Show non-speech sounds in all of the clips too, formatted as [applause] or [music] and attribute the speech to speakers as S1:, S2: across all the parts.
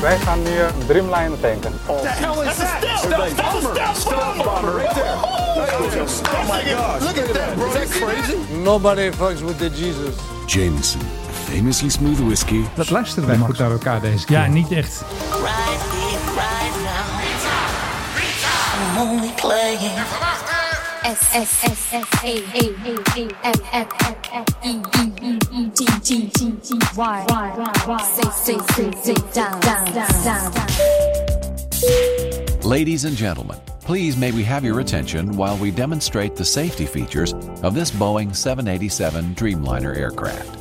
S1: Wij gaan nu eh, Dreamliner tanken.
S2: hell is that? Stealth bomber. Stealth bomber right there. Oh my gosh. Look at that, bro. Is that crazy?
S3: Nobody fucks with the Jesus.
S4: Jameson, famously smooth whiskey.
S5: Dat luisteren wij goed naar elkaar deze keer.
S6: Ja, niet echt.
S7: right here, right now. I'm only playing.
S8: S S S S A A A A F F F F E E E E T T T T Y Y Y Z Z Z Z down down down down.
S4: Ladies and gentlemen, please may we have your attention while we demonstrate the safety features of this Boeing 787 Dreamliner aircraft.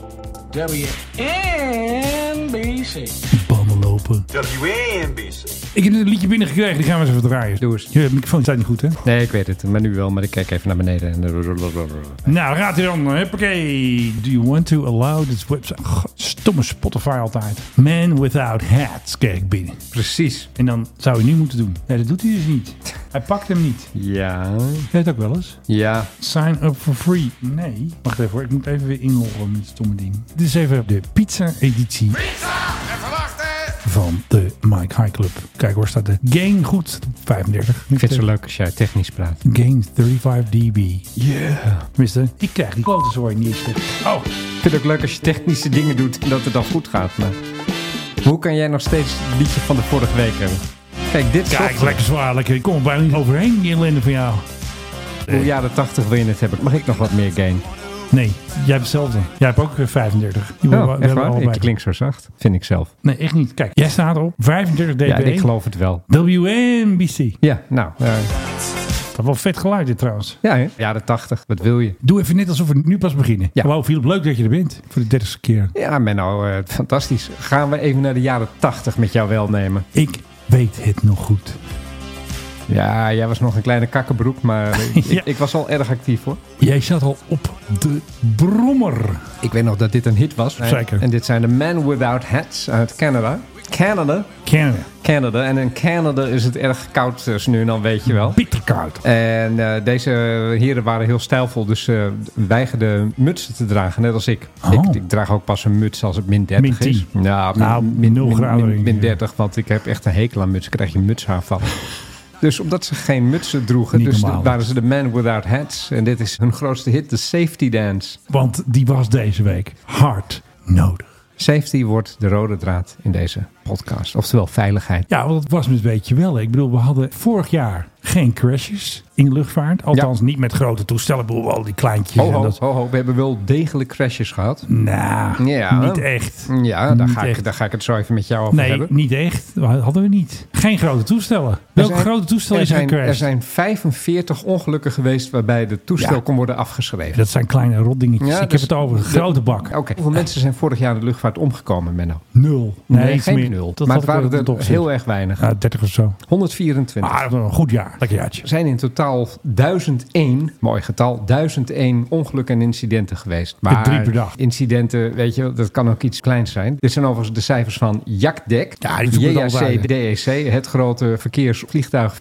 S6: lopen.
S2: WNBC.
S6: Ik heb net een liedje binnengekregen, die gaan we eens even draaien.
S5: Doe eens.
S6: Je microfoon staat niet goed, hè?
S9: Nee, ik weet het. Maar nu wel, maar ik kijk even naar beneden. eh,
S6: Nou, raad hij dan. Huppakee. Do you want to allow this website? Goh, stomme Spotify altijd. Man without hats kijk ik binnen.
S5: Precies.
S6: En dan zou hij nu moeten doen. Nee, dat doet hij dus niet. Hij pakt hem niet.
S9: Ja.
S6: Ik weet het ook wel eens.
S9: Ja.
S6: Sign up for free. Nee. Wacht even hoor, ik moet even weer inloggen met het stomme ding. Dit is even de pizza-editie. Van de Mike High Club. Kijk, waar staat de gain goed? 35.
S9: Ik vind het zo leuk als jij technisch praat.
S6: Gain 35 dB. Yeah. Tenminste, ik krijg die klote zooi niet eens terug. Oh,
S9: Ik vind het ook leuk als je technische dingen doet en dat het dan goed gaat. Maar hoe kan jij nog steeds het liedje van de vorige week hebben? Kijk, dit is
S6: kijk,
S9: software.
S6: lekker zwaar. Lekker. Ik kom er bijna niet overheen, die ellende van jou.
S9: Hoe jaren 80 wil je het hebben? Mag ik nog wat meer gain?
S6: Nee, jij hebt hetzelfde. Jij hebt ook eh, 35. Die
S9: Oh,
S6: we- we
S9: echt
S6: hebben
S9: waar?
S6: allebei.
S9: Ik klink zo zacht. Vind ik zelf.
S6: Nee, echt niet. Kijk, jij staat op 35 dB.
S9: Ja, en ik geloof het wel.
S6: WNBC.
S9: Ja, nou. eh,
S6: Dat is wel vet geluid dit trouwens.
S9: ja, hè? jaren 80. Wat wil je?
S6: Doe even net alsof we nu pas beginnen.
S9: Ja.
S6: Wauw, Philip, leuk dat je er bent. Voor de dertigste keer.
S9: Ja, Menno, eh, fantastisch. Gaan we even naar de jaren 80 met jou welnemen?
S6: Ik weet het nog goed.
S9: Ja, jij was nog een kleine kakkenbroek, maar
S6: [laughs]
S9: ik,
S6: Ja.
S9: ik was al erg actief hoor.
S6: Jij zat al op de brommer.
S9: Ik weet nog dat dit een hit was.
S6: Zeker.
S9: En dit zijn de Men Without Hats uit Canada. Canada.
S6: Canada.
S9: Canada. En in Canada is het erg koud eh, nu en dan, weet je wel.
S6: Bitterkoud.
S9: En eh, deze heren waren heel stijlvol, dus eh weigerden mutsen te dragen, net als ik.
S6: Oh.
S9: ik. Ik draag ook pas een muts als het min 30
S6: Min 10.
S9: is. Nou,
S6: Nou, nul graden denk
S9: min,
S6: ik, ja.
S9: 30, want ik heb echt een hekel aan mutsen. krijg je mutshaarval. dus omdat ze geen mutsen droegen,
S6: Niet
S9: dus
S6: normaal.
S9: waren ze de Man Without Hats. En dit is hun grootste hit, de Safety Dance.
S6: Want die was deze week hard nodig.
S9: Safety wordt de rode draad in deze podcast. Oftewel veiligheid.
S6: Ja, want het was een beetje wel. Ik bedoel, we hadden vorig jaar geen crashes in de luchtvaart. Althans, niet met grote toestellen. Ik bedoel, al die kleintjes.
S9: Ho,
S6: en
S9: ho,
S6: dat-
S9: ho, ho, we hebben wel degelijk crashes gehad.
S6: Nou,
S9: Ja.
S6: niet echt.
S9: Ja, daar
S6: Niet
S9: ga, ik,
S6: echt.
S9: daar ga ik het zo even met jou over
S6: Nee,
S9: hebben.
S6: niet echt. Dat hadden we niet. Geen grote toestellen. Welke
S9: Er zijn-
S6: grote toestel
S9: er
S6: is er
S9: zijn,
S6: gecrashed?
S9: Er zijn 45 ongelukken geweest waarbij de toestel
S6: Ja.
S9: kon worden afgeschreven.
S6: Dat zijn kleine rotdingetjes.
S9: Ja,
S6: ik
S9: dus- Oh.
S6: heb het over een grote bak.
S9: Oké, hoeveel mensen zijn vorig jaar in de luchtvaart omgekomen, Menno?
S6: Nul. Nee, iets
S9: geen
S6: meer.
S9: nul.
S6: Dat
S9: maar
S6: had
S9: het
S6: ik
S9: waren
S6: wel in
S9: er
S6: het
S9: heel
S6: opzicht.
S9: erg weinig.
S6: Ja, 30 of zo.
S9: 124.
S6: Ah, dat was een goed jaar. Lekker jaartje.
S9: Er zijn in totaal 1001, mooi getal, 1001 ongelukken en incidenten geweest. Maar
S6: drie per dag.
S9: incidenten, weet je, wel, dat kan ook iets kleins zijn. Dit zijn overigens de cijfers van JACDEC,
S6: Ja, die zoeken het altijd
S9: JAC, DEC, E het grote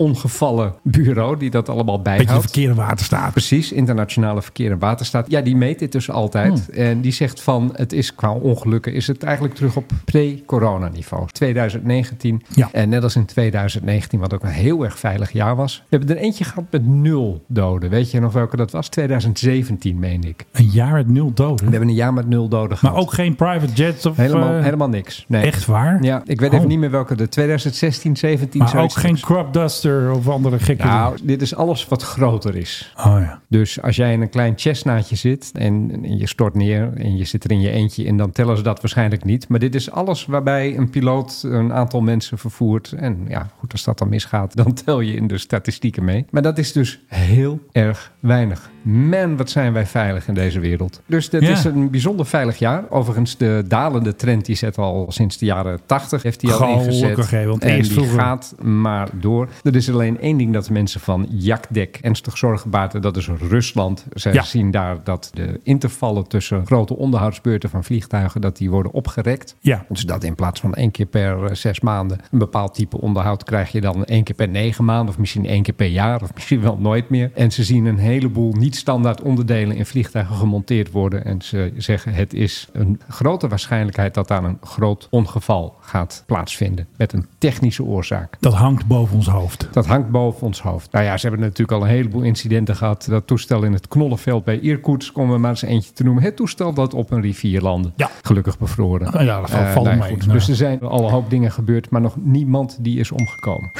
S9: verkeersvliegtuigongevallenbureau die dat allemaal
S6: Beetje de
S9: bijhoudt.
S6: verkeerde waterstaat.
S9: Precies, internationale verkeer en waterstaat. Ja, die meet dit dus altijd.
S6: Hmm.
S9: En die zegt van, het is qua ongelukken, is het eigenlijk terug op pre-corona niveau. 2019.
S6: Ja.
S9: En net als in 2019, wat ook een heel erg veilig jaar was. We hebben er eentje gehad met nul doden. Weet je nog welke dat was? 2017, meen ik.
S6: Een jaar met nul doden.
S9: We hebben een jaar met nul doden gehad.
S6: Maar ook geen private jets of...
S9: helemaal,
S6: eh,
S9: helemaal niks. Nee.
S6: Echt waar?
S9: Ja, ik weet even
S6: Oh.
S9: niet meer welke de 2016, 17
S6: Maar ook
S9: zoiets
S6: geen
S9: was.
S6: crop duster of andere gekke
S9: Nou, dit is alles wat groter is.
S6: dingen? Oh ja.
S9: Dus als jij in een klein chestnaatje zit en, en je stort neer en je zit er in je eentje in, dan tellen ze dat waarschijnlijk niet. Maar dit is alles waarbij een piloot een aantal mensen vervoert. En ja, goed, als dat dan misgaat, [laughs] dan tel je in de statistieken mee. Maar dat is dus heel erg weinig. Man, wat zijn wij veilig in deze wereld. Dus dit
S6: Ja.
S9: is een bijzonder veilig jaar. Overigens, de dalende trend die zet al sinds de jaren 80 heeft die al
S6: Gelukkig,
S9: ingezet.
S6: hè, want
S9: en
S6: eerst
S9: die
S6: vroeger-
S9: gaat gaat maar door. Er is alleen één ding dat de mensen van Jakdek ernstig zorgen baten. Dat is Rusland. Zij
S6: Ja.
S9: zien daar dat de intervallen tussen grote onderhoudsbeurten van vliegtuigen... dat die worden opgerekt.
S6: Ja.
S9: Dus dat in plaats van één keer per eh, zes maanden een bepaald type onderhoud... krijg je dan één keer per negen maanden of misschien één keer per jaar... of misschien wel nooit meer. En ze zien een heleboel niet niet standaard onderdelen in vliegtuigen gemonteerd worden. En ze zeggen het is een grote waarschijnlijkheid dat daar een groot ongeval gaat plaatsvinden. Met een technische oorzaak.
S6: Dat hangt boven ons hoofd.
S9: Dat hangt boven ons hoofd. Nou ja, ze hebben natuurlijk al een heleboel incidenten gehad. Dat toestel in het knollenveld bij Irkutsk, om er maar eens eentje te noemen. Het toestel dat op een rivier landde.
S6: Ja.
S9: Gelukkig bevroren.
S6: Nou ja, dat valt-
S9: Eh,
S6: valt
S9: nou ja,
S6: mee.
S9: goed.
S6: Nou.
S9: Dus er zijn al een hoop dingen gebeurd, maar nog niemand die is omgekomen.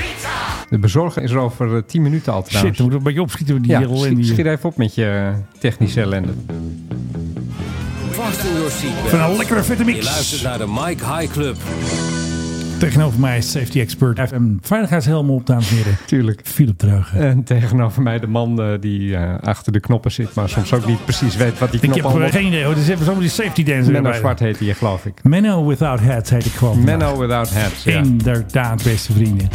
S9: De bezorger is er over eh, 10 minuten al
S6: Shit,
S9: trouwens.
S6: we moeten een beetje opschieten met die
S9: ja,
S6: hier al in
S9: schiet,
S6: die-
S9: schiet even op met je eh, technische ellende.
S10: Vast in your seatbelt.
S6: Van een lekkere vette
S10: Je luistert
S6: mix.
S10: naar de Mike High Club.
S6: Tegenover mij is safety expert. Hij heeft een veiligheidshelm op, dames en heren.
S9: Tuurlijk.
S6: Philip Dreugen.
S9: En tegenover mij de man eh, die eh, achter de knoppen zit, maar soms ook niet precies weet wat die
S6: ik heb eh,
S9: knoppen allemaal...
S6: geen idee hoor. Er zitten zomaar die safety dance
S9: Menno
S6: erbij.
S9: Zwart heette je, geloof ik.
S6: Menno without hats heet ik gewoon.
S9: Menno without hats. Ja.
S6: Inderdaad, beste vrienden.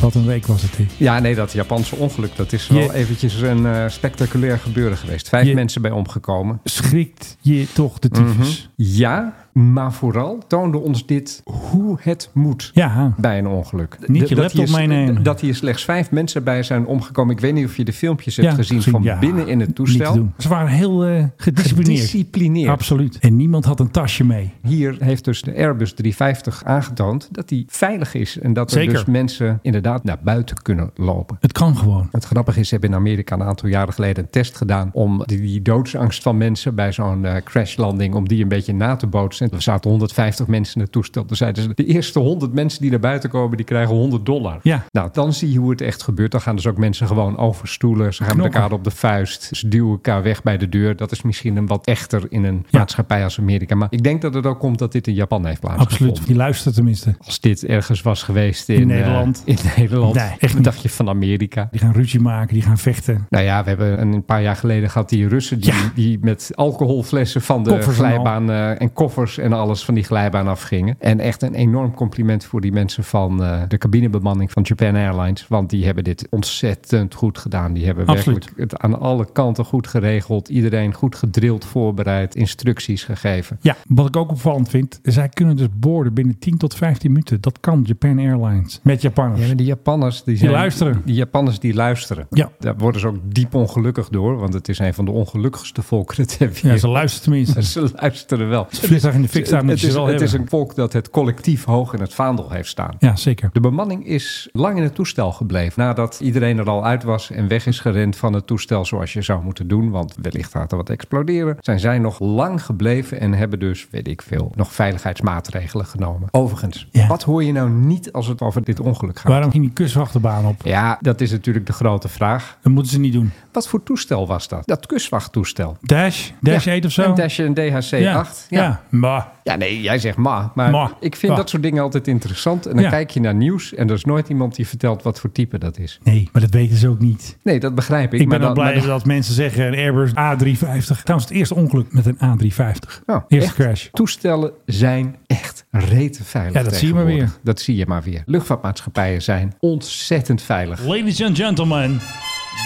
S6: Wat een week was het. hè.
S9: Ja, nee, dat Japanse ongeluk, dat is wel
S6: Je-
S9: eventjes een eh, spectaculair gebeuren geweest. Vijf
S6: Je-
S9: mensen bij omgekomen.
S6: Schrikt je toch de tyfus?
S9: Mhm. Ja, maar vooral toonde ons dit hoe het moet
S6: Ja,
S9: bij een ongeluk.
S6: Niet je
S9: D- dat
S6: laptop
S9: hier s-
S6: meenemen.
S9: Dat hier slechts vijf mensen bij zijn omgekomen. Ik weet niet of je de filmpjes hebt
S6: ja,
S9: gezien,
S6: gezien,
S9: van
S6: ja.
S9: binnen in het
S6: Niet
S9: toestel.
S6: te doen. Ze waren heel eh, gedisciplineerd.
S9: Gedisciplineerd.
S6: Absoluut. En niemand had een tasje mee.
S9: Hier heeft dus de Airbus 350 aangetoond dat die veilig is. En dat
S6: Zeker.
S9: er dus mensen inderdaad naar buiten kunnen lopen.
S6: Het kan gewoon.
S9: Het grappige is, ze hebben in Amerika een aantal jaren geleden een test gedaan om die, die doodsangst van mensen bij zo'n eh, crashlanding, om die een beetje na te bootsen. En er zaten 150 mensen in het toestel. Toen zeiden ze, de eerste 100 mensen die naar buiten komen, die krijgen 100 dollar.
S6: Ja.
S9: Nou, dan zie je hoe het echt gebeurt. Dan gaan dus ook mensen gewoon over stoelen. Ze gaan met
S6: Knokken.
S9: elkaar op de vuist. Ze duwen elkaar weg bij de deur. Dat is misschien een wat echter in een
S6: Ja.
S9: maatschappij als Amerika. Maar ik denk dat het ook komt dat dit in Japan heeft plaatsgevonden.
S6: Absoluut. Je luistert tenminste.
S9: Als dit ergens was geweest in,
S6: In Nederland.
S9: eh, in Nederland.
S6: Nee, echt
S9: een
S6: niet.
S9: dagje van Amerika.
S6: Die gaan ruzie maken, die gaan vechten.
S9: Nou ja, we hebben een paar jaar geleden gehad die Russen die,
S6: Ja.
S9: die met alcoholflessen van de
S6: Koffers en al.
S9: glijbaan eh, en koffers en alles van die glijbaan afgingen. En echt een enorm compliment voor die mensen van eh, de cabinebemanning van Japan Airlines. Want die hebben dit ontzettend goed gedaan. Die hebben
S6: Absoluut.
S9: werkelijk het aan alle kanten goed geregeld. Iedereen goed gedrild, voorbereid, instructies gegeven.
S6: Ja, wat ik ook opvallend vind, zij kunnen dus boorden binnen 10 tot 15 minuten. Dat kan Japan Airlines met Japanners.
S9: Ja, maar die Japanners die,
S6: Die
S9: zijn-
S6: luisteren.
S9: Die Japanners die luisteren.
S6: Ja.
S9: Daar worden ze ook diep ongelukkig door, want het is een van de ongelukkigste volkeren ter wereld.
S6: Ja, ze luisteren tenminste.
S9: Ze luisteren wel.
S6: Als het vliegtuig in de fik staat, moet
S9: het
S6: je
S9: is,
S6: ze wel
S9: het
S6: hebben.
S9: is een volk dat het collectief hoog in het vaandel heeft staan.
S6: Ja, zeker.
S9: De bemanning is lang in het toestel gebleven. Nadat iedereen er al uit was en weg is gerend van het toestel zoals je zou moeten doen. Want wellicht gaat er wat exploderen. Zijn zij nog lang gebleven en hebben dus, weet ik veel, nog veiligheidsmaatregelen genomen. Overigens,
S6: Ja.
S9: wat hoor je nou niet als het over dit ongeluk gaat?
S6: Waarom ging die kustwachterbaan op?
S9: Ja, dat is natuurlijk de grote vraag.
S6: Dat moeten ze niet doen.
S9: Wat voor toestel was dat? Dat kustwachttoestel.
S6: Dash? Dash
S9: Ja,
S6: 8 of zo?
S9: Een Dash en DHC-8.
S6: ja. Ja. maar
S9: Ja, nee, jij zegt ma. Maar
S6: Ma.
S9: ik vind
S6: Ma.
S9: dat soort dingen altijd interessant. En dan
S6: Ja.
S9: kijk je naar nieuws en er is nooit iemand die vertelt wat voor type dat is.
S6: nee, maar dat weten ze ook niet.
S9: Nee, dat begrijp ik.
S6: Ik ben
S9: maar
S6: al
S9: dan-
S6: blij
S9: maar dan-
S6: dat mensen zeggen een Airbus A350. Trouwens, het eerste ongeluk met een A350.
S9: Nou,
S6: Eerste
S9: echt,
S6: crash.
S9: Toestellen zijn echt rete veilig.
S6: Ja, dat zie je maar
S9: tegenwoordig.
S6: weer.
S9: Dat zie je maar weer. Luchtvaartmaatschappijen zijn ontzettend veilig.
S11: Ladies and gentlemen,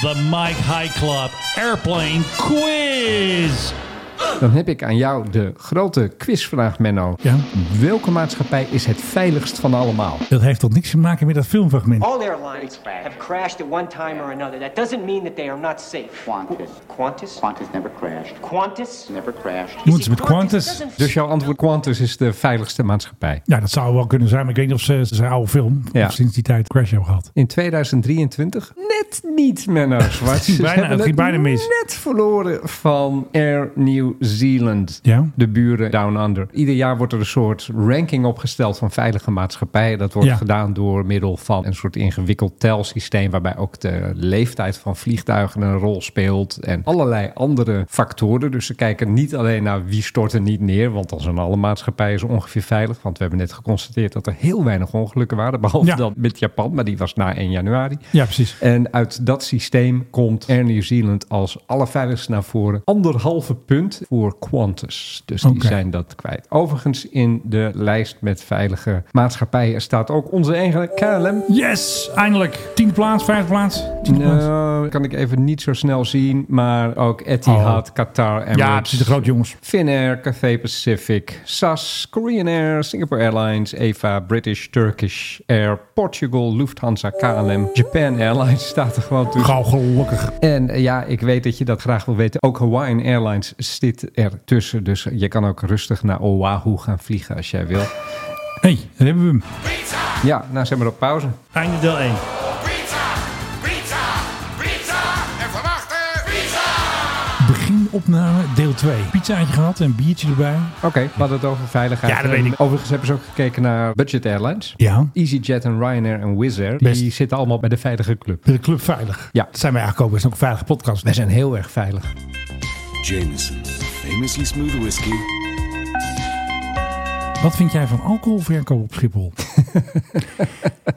S11: the Mike High Club Airplane Quiz.
S9: Dan heb ik aan jou de grote quizvraag, Menno.
S6: Ja.
S9: Welke maatschappij is het veiligst van allemaal?
S6: Dat heeft toch niks te maken met dat filmfragment?
S11: All airlines have crashed at one time or another. That doesn't mean that they are not safe. Qantas. Qantas? Qantas never crashed. Qantas? Never crashed.
S6: Moeten ze met Qantas?
S9: Dus jouw antwoord Qantas is de veiligste maatschappij.
S6: Ja, dat zou wel kunnen zijn. Maar ik weet niet of ze het is een oude film
S9: Ja.
S6: of sinds die tijd crash hebben gehad.
S9: In 2023 net niet, Menno Zwart.
S6: ging
S9: Ze
S6: bijna-
S9: hebben
S6: [laughs] het ging bijna mis.
S9: net verloren van Air New Zealand.
S6: Ja.
S9: De buren Down Under. Ieder jaar wordt er een soort ranking opgesteld van veilige maatschappijen. Dat wordt
S6: Ja.
S9: gedaan door middel van een soort ingewikkeld telsysteem... waarbij ook de leeftijd van vliegtuigen een rol speelt... en allerlei andere factoren. Dus ze kijken niet alleen naar wie stort er niet neer... want dan zijn alle maatschappijen zo ongeveer veilig. Want we hebben net geconstateerd dat er heel weinig ongelukken waren... [laughs] behalve
S6: Ja.
S9: dan met Japan, maar die was na 1 januari.
S6: Ja, precies.
S9: En uit dat systeem komt Air New Zealand als allerveiligste naar voren. Anderhalve punt. voor Qantas. Dus
S6: Oké.
S9: die zijn dat kwijt. Overigens in de lijst met veilige maatschappijen staat ook onze eigen KLM.
S6: Yes, eindelijk. Tiende plaats, vijfde plaats. Tiende plaats.
S9: Nou, kan ik even niet zo snel zien, maar ook Etihad, Qatar, Emirates.
S6: Oh. Ja, precies de groot jongens.
S9: Finnair, Cathay Pacific, SAS, Korean Air, Singapore Airlines, EVA, British, Turkish Air, Portugal, Lufthansa, KLM, Japan Airlines [laughs] staat er gewoon tussen.
S6: Gauw gelukkig.
S9: En eh, ja, ik weet dat je dat graag wil weten. Ook Hawaiian Airlines zit er tussen. Dus je kan ook rustig naar Oahu gaan vliegen als jij wil.
S6: hey, daar hebben we hem.
S9: Ja, nou zijn we op pauze.
S6: Einde deel 1. Beginopname deel 2. Pizzaatje gehad en biertje erbij.
S9: Oké, we hadden het over veiligheid.
S6: Ja, dat weet ik.
S9: En Overigens hebben ze ook gekeken naar budget airlines.
S6: Ja.
S9: EasyJet en Ryanair en Wizz Air.
S6: Best.
S9: Die zitten allemaal bij de veilige club.
S6: De Club Veilig.
S9: Ja.
S6: Dat zijn wij eigenlijk ook. Dat is ook een veilige podcast.
S9: Wij zijn heel erg veilig.
S2: Jameson, famously smooth whiskey.
S6: Wat vind jij van alcoholverkoop op Schiphol?
S9: [laughs]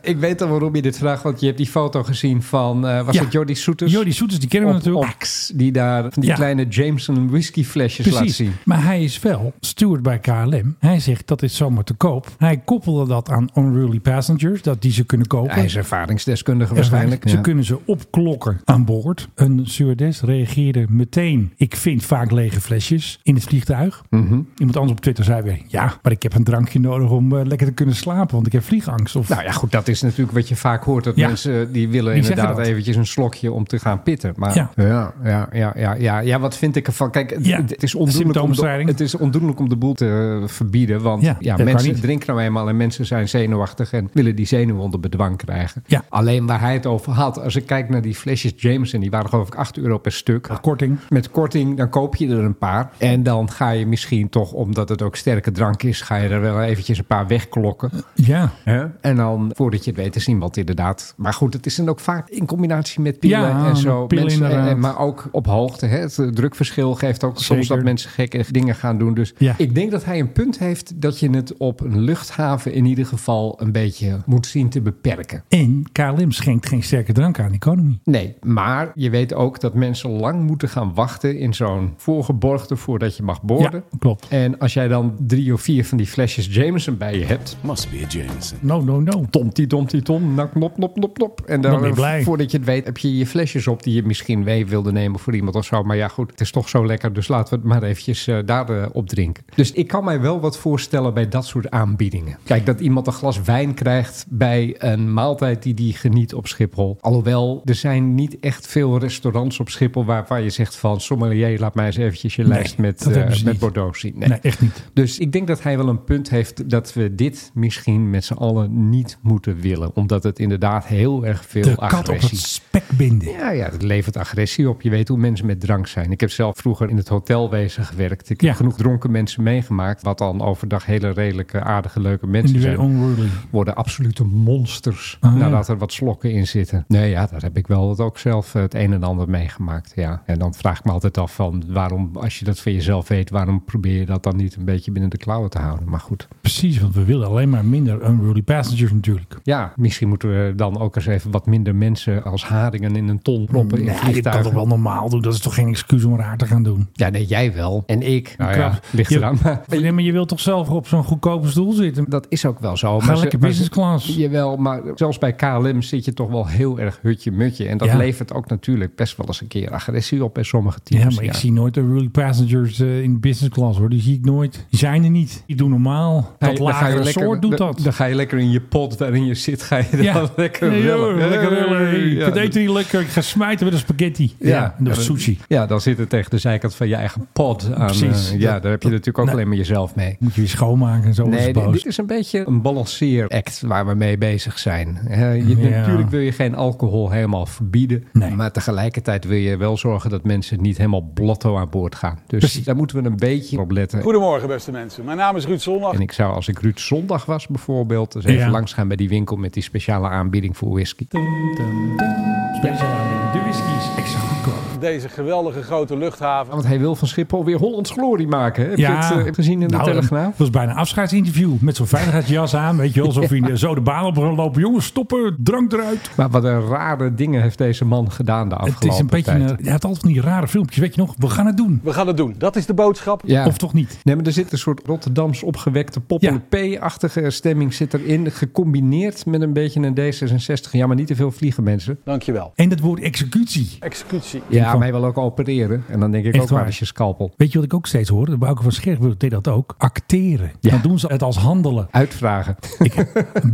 S9: Ik weet al waarom je dit vraagt, want je hebt die foto gezien van, eh, was
S6: Ja.
S9: het Jordi Soeters?
S6: Jordi Soeters, die kennen we
S9: op,
S6: natuurlijk.
S9: op X, die daar van die
S6: Ja.
S9: kleine Jameson whisky flesjes laat
S6: Precies.
S9: zien.
S6: Maar hij is wel steward bij KLM. Hij zegt dat is zomaar te koop. Hij koppelde dat aan unruly passengers, dat die ze kunnen kopen.
S9: Hij is ervaringsdeskundige waarschijnlijk.
S6: Ze
S9: Ja.
S6: kunnen ze opklokken aan boord. Een stewardess reageerde meteen. Ik vind vaak lege flesjes in het vliegtuig.
S9: Mhm.
S6: Iemand anders op Twitter zei weer... Ja, maar ik heb een drankje nodig om eh, lekker te kunnen slapen. Want ik heb vliegangst. Of,
S9: Nou ja, goed, dat is natuurlijk wat je vaak hoort. Dat
S6: Ja.
S9: mensen die willen
S6: Die zeggen
S9: inderdaad
S6: dat.
S9: eventjes een slokje om te gaan pitten. Maar
S6: Ja.
S9: ja, ja, ja, ja, ja, ja wat vind ik ervan? Kijk, het,
S6: Ja,
S9: het is ondoenlijk om de,
S6: symptoombestrijding.
S9: het is ondoenlijk om de boel te eh, verbieden. Want
S6: Ja,
S9: ja,
S6: dat kan
S9: mensen
S6: niet.
S9: drinken nou eenmaal en mensen zijn zenuwachtig en willen die zenuwen onder bedwang krijgen.
S6: Ja.
S9: Alleen waar hij het over had, als ik kijk naar die flesjes Jameson, die waren geloof ik 8 euro per stuk.
S6: Korting.
S9: Met korting, dan koop je er een paar. En dan ga je misschien toch, omdat het ook sterke drank is, ga je er wel eventjes een paar wegklokken.
S6: Ja.
S9: Hè? En dan, voordat je het weet, is iemand inderdaad. Maar goed, het is dan ook vaak in combinatie met pillen
S6: Ja,
S9: en zo.
S6: met pillen
S9: mensen, en- en-
S6: inderdaad.
S9: maar ook op hoogte. Hè? Het eh, drukverschil geeft ook soms
S6: Zeker.
S9: dat mensen gekke dingen gaan doen. Dus
S6: Ja.
S9: ik denk dat hij een punt heeft dat je het op een luchthaven in ieder geval een beetje moet zien te beperken.
S6: En KLM schenkt geen sterke drank aan de economie.
S9: Nee, maar je weet ook dat mensen lang moeten gaan wachten in zo'n voorgeborgde voordat je mag boorden.
S6: Ja, klopt.
S9: En als jij dan drie of vier van die flesjes Jameson bij je hebt,
S2: Must be a Jameson.
S6: No, no, no.
S9: tomtie, tomtie, tom, nak, nop, nop, nop, nop. En
S6: Dan ben je blij.
S9: voordat je het weet, heb je je flesjes op die je misschien mee wilde nemen voor iemand of zo. Maar ja, goed, het is toch zo lekker, dus laten we het maar eventjes eh, daar eh, op drinken. Dus ik kan mij wel wat voorstellen bij dat soort aanbiedingen. Kijk, dat iemand een glas wijn krijgt bij een maaltijd die die geniet op Schiphol. Alhoewel, er zijn niet echt veel restaurants op Schiphol waarvan je zegt van, sommelier, laat mij eens eventjes je lijst met,
S6: dat
S9: eh,
S6: hebben ze
S9: met
S6: niet.
S9: Bordeaux zien.
S6: Nee, echt niet.
S9: Dus ik denk dat hij wel een punt heeft dat we dit misschien met z'n allen niet moeten willen. Omdat het inderdaad heel erg veel
S6: De kat op het
S9: agressie...
S6: spek binden.
S9: Ja, ja, dat levert agressie op. Je weet hoe mensen met drank zijn. Ik heb zelf vroeger in het hotelwezen gewerkt. Ik
S6: Ja.
S9: heb genoeg dronken mensen meegemaakt. Wat dan overdag hele redelijke, aardige, leuke
S6: En
S9: mensen
S6: die
S9: zijn.
S6: werden onruly.
S9: Worden absolute monsters
S6: Ah, ja.
S9: nadat er wat slokken in zitten. Nee, ja, daar heb ik wel dat ook zelf eh, het een en ander meegemaakt. Ja. En dan vraag ik me altijd af van waarom, als je dat van jezelf weet, waarom probeer je dat dan niet een beetje binnen de klauwen te houden? Maar goed.
S6: Precies, want we willen alleen maar minder unruly passengers natuurlijk.
S9: Ja, misschien moeten we dan ook eens even wat minder mensen als haringen in een ton proppen
S6: Nee,
S9: in
S6: je kan toch
S9: vliegtuigen.
S6: wel normaal doen. Dat is toch geen excuus om raar te gaan doen.
S9: Ja, nee, jij wel. En ik. Nou ja,
S6: Krap.
S9: ligt
S6: Je-
S9: eraan. Maar
S6: [laughs] Nee, maar je wilt toch zelf op zo'n goedkope stoel zitten?
S9: dat is ook wel zo.
S6: Ga
S9: maar ze-
S6: lekker
S9: maar ze-
S6: business class.
S9: Jawel, maar zelfs bij KLM zit je toch wel heel erg hutje-mutje. En dat
S6: Ja.
S9: levert ook natuurlijk best wel eens een keer agressie op bij sommige
S6: Ja,
S9: teams.
S6: maar ik zie nooit unruly passengers eh, in business class hoor. Die zie ik nooit. Die zijn er niet. Die doen normaal.
S9: Ga je-
S6: Dat
S9: dan ga je
S6: lagere
S9: lekker-
S6: soort doet
S9: dan-
S6: dat.
S9: Dan ga je lekker in je pot waarin je zit, ga je
S6: Ja.
S9: dan [laughs] lekker
S6: Nee,
S9: willen.
S6: joh, lekker willen. Hey, Ik
S9: Ja,
S6: vind eten niet lekker. Ik ga smijten met een spaghetti. Ja,
S9: Ja.
S6: en dat
S9: Ja,
S6: is
S9: dat-
S6: sushi.
S9: Ja, dan zit het tegen de zijkant van je eigen pot aan.
S6: Precies.
S9: eh, ja,
S6: Dat-
S9: daar heb je natuurlijk ook
S6: nou,
S9: alleen maar jezelf mee.
S6: Moet je weer schoonmaken en zo.
S9: Nee,
S6: dat is
S9: dit,
S6: boos.
S9: dit is een beetje een balanceeract waar we mee bezig zijn. Eh, je-
S6: Ja.
S9: Natuurlijk wil je geen alcohol helemaal verbieden.
S6: Nee.
S9: Maar tegelijkertijd wil je wel zorgen dat mensen niet helemaal blotto aan boord gaan. Dus
S6: Precies.
S9: daar moeten we een beetje op letten.
S1: Goedemorgen beste mensen, mijn naam is Ruud Zondag.
S9: En ik zou als ik Ruud Zondag was bijvoorbeeld... eens even
S6: Ja.
S9: langs gaan bij die winkel met die
S6: Ehm,
S9: speciale aanbieding voor whisky.
S6: Speciaal de whisky is extra goedkoop.
S1: deze geweldige grote luchthaven.
S9: Want hij wil van Schiphol weer Hollands glorie maken. hè? Heb
S6: Ja.
S9: je het eh, gezien in de
S6: Nou,
S9: Telegraaf?
S6: Het was bijna een afscheidsinterview met zo'n veiligheidsjas aan. Weet je wel,
S9: [laughs]
S6: alsof hij eh, zo de baan op loopt. Jongens, stoppen, drank eruit.
S9: Maar wat een rare dingen heeft deze man gedaan de
S6: Het
S9: afgelopen
S6: is een beetje,
S9: tijd.
S6: een, hij had altijd van die rare filmpjes. Weet je nog, we gaan het doen.
S1: We gaan het doen. Dat is de boodschap.
S9: Ja.
S6: Of toch niet?
S9: Nee, maar er zit een soort Rotterdams opgewekte
S6: Ja.
S9: poppel P-achtige stemming zit erin. Gecombineerd met een beetje een D66. Ja, maar niet te veel vliegen mensen.
S1: Dankjewel.
S6: En dat woord executie.
S1: Executie.
S9: Ja,
S6: van-
S9: maar hij wil ook opereren. En dan denk ik
S6: Echt
S9: ook waar
S6: waar?
S9: is je scalpel.
S6: Weet je wat ik ook steeds hoor? De Bouke van Scherpburg deed dat ook. Acteren.
S9: Ja.
S6: Dan doen ze het als handelen.
S9: [laughs] Uitvragen.
S6: Ik,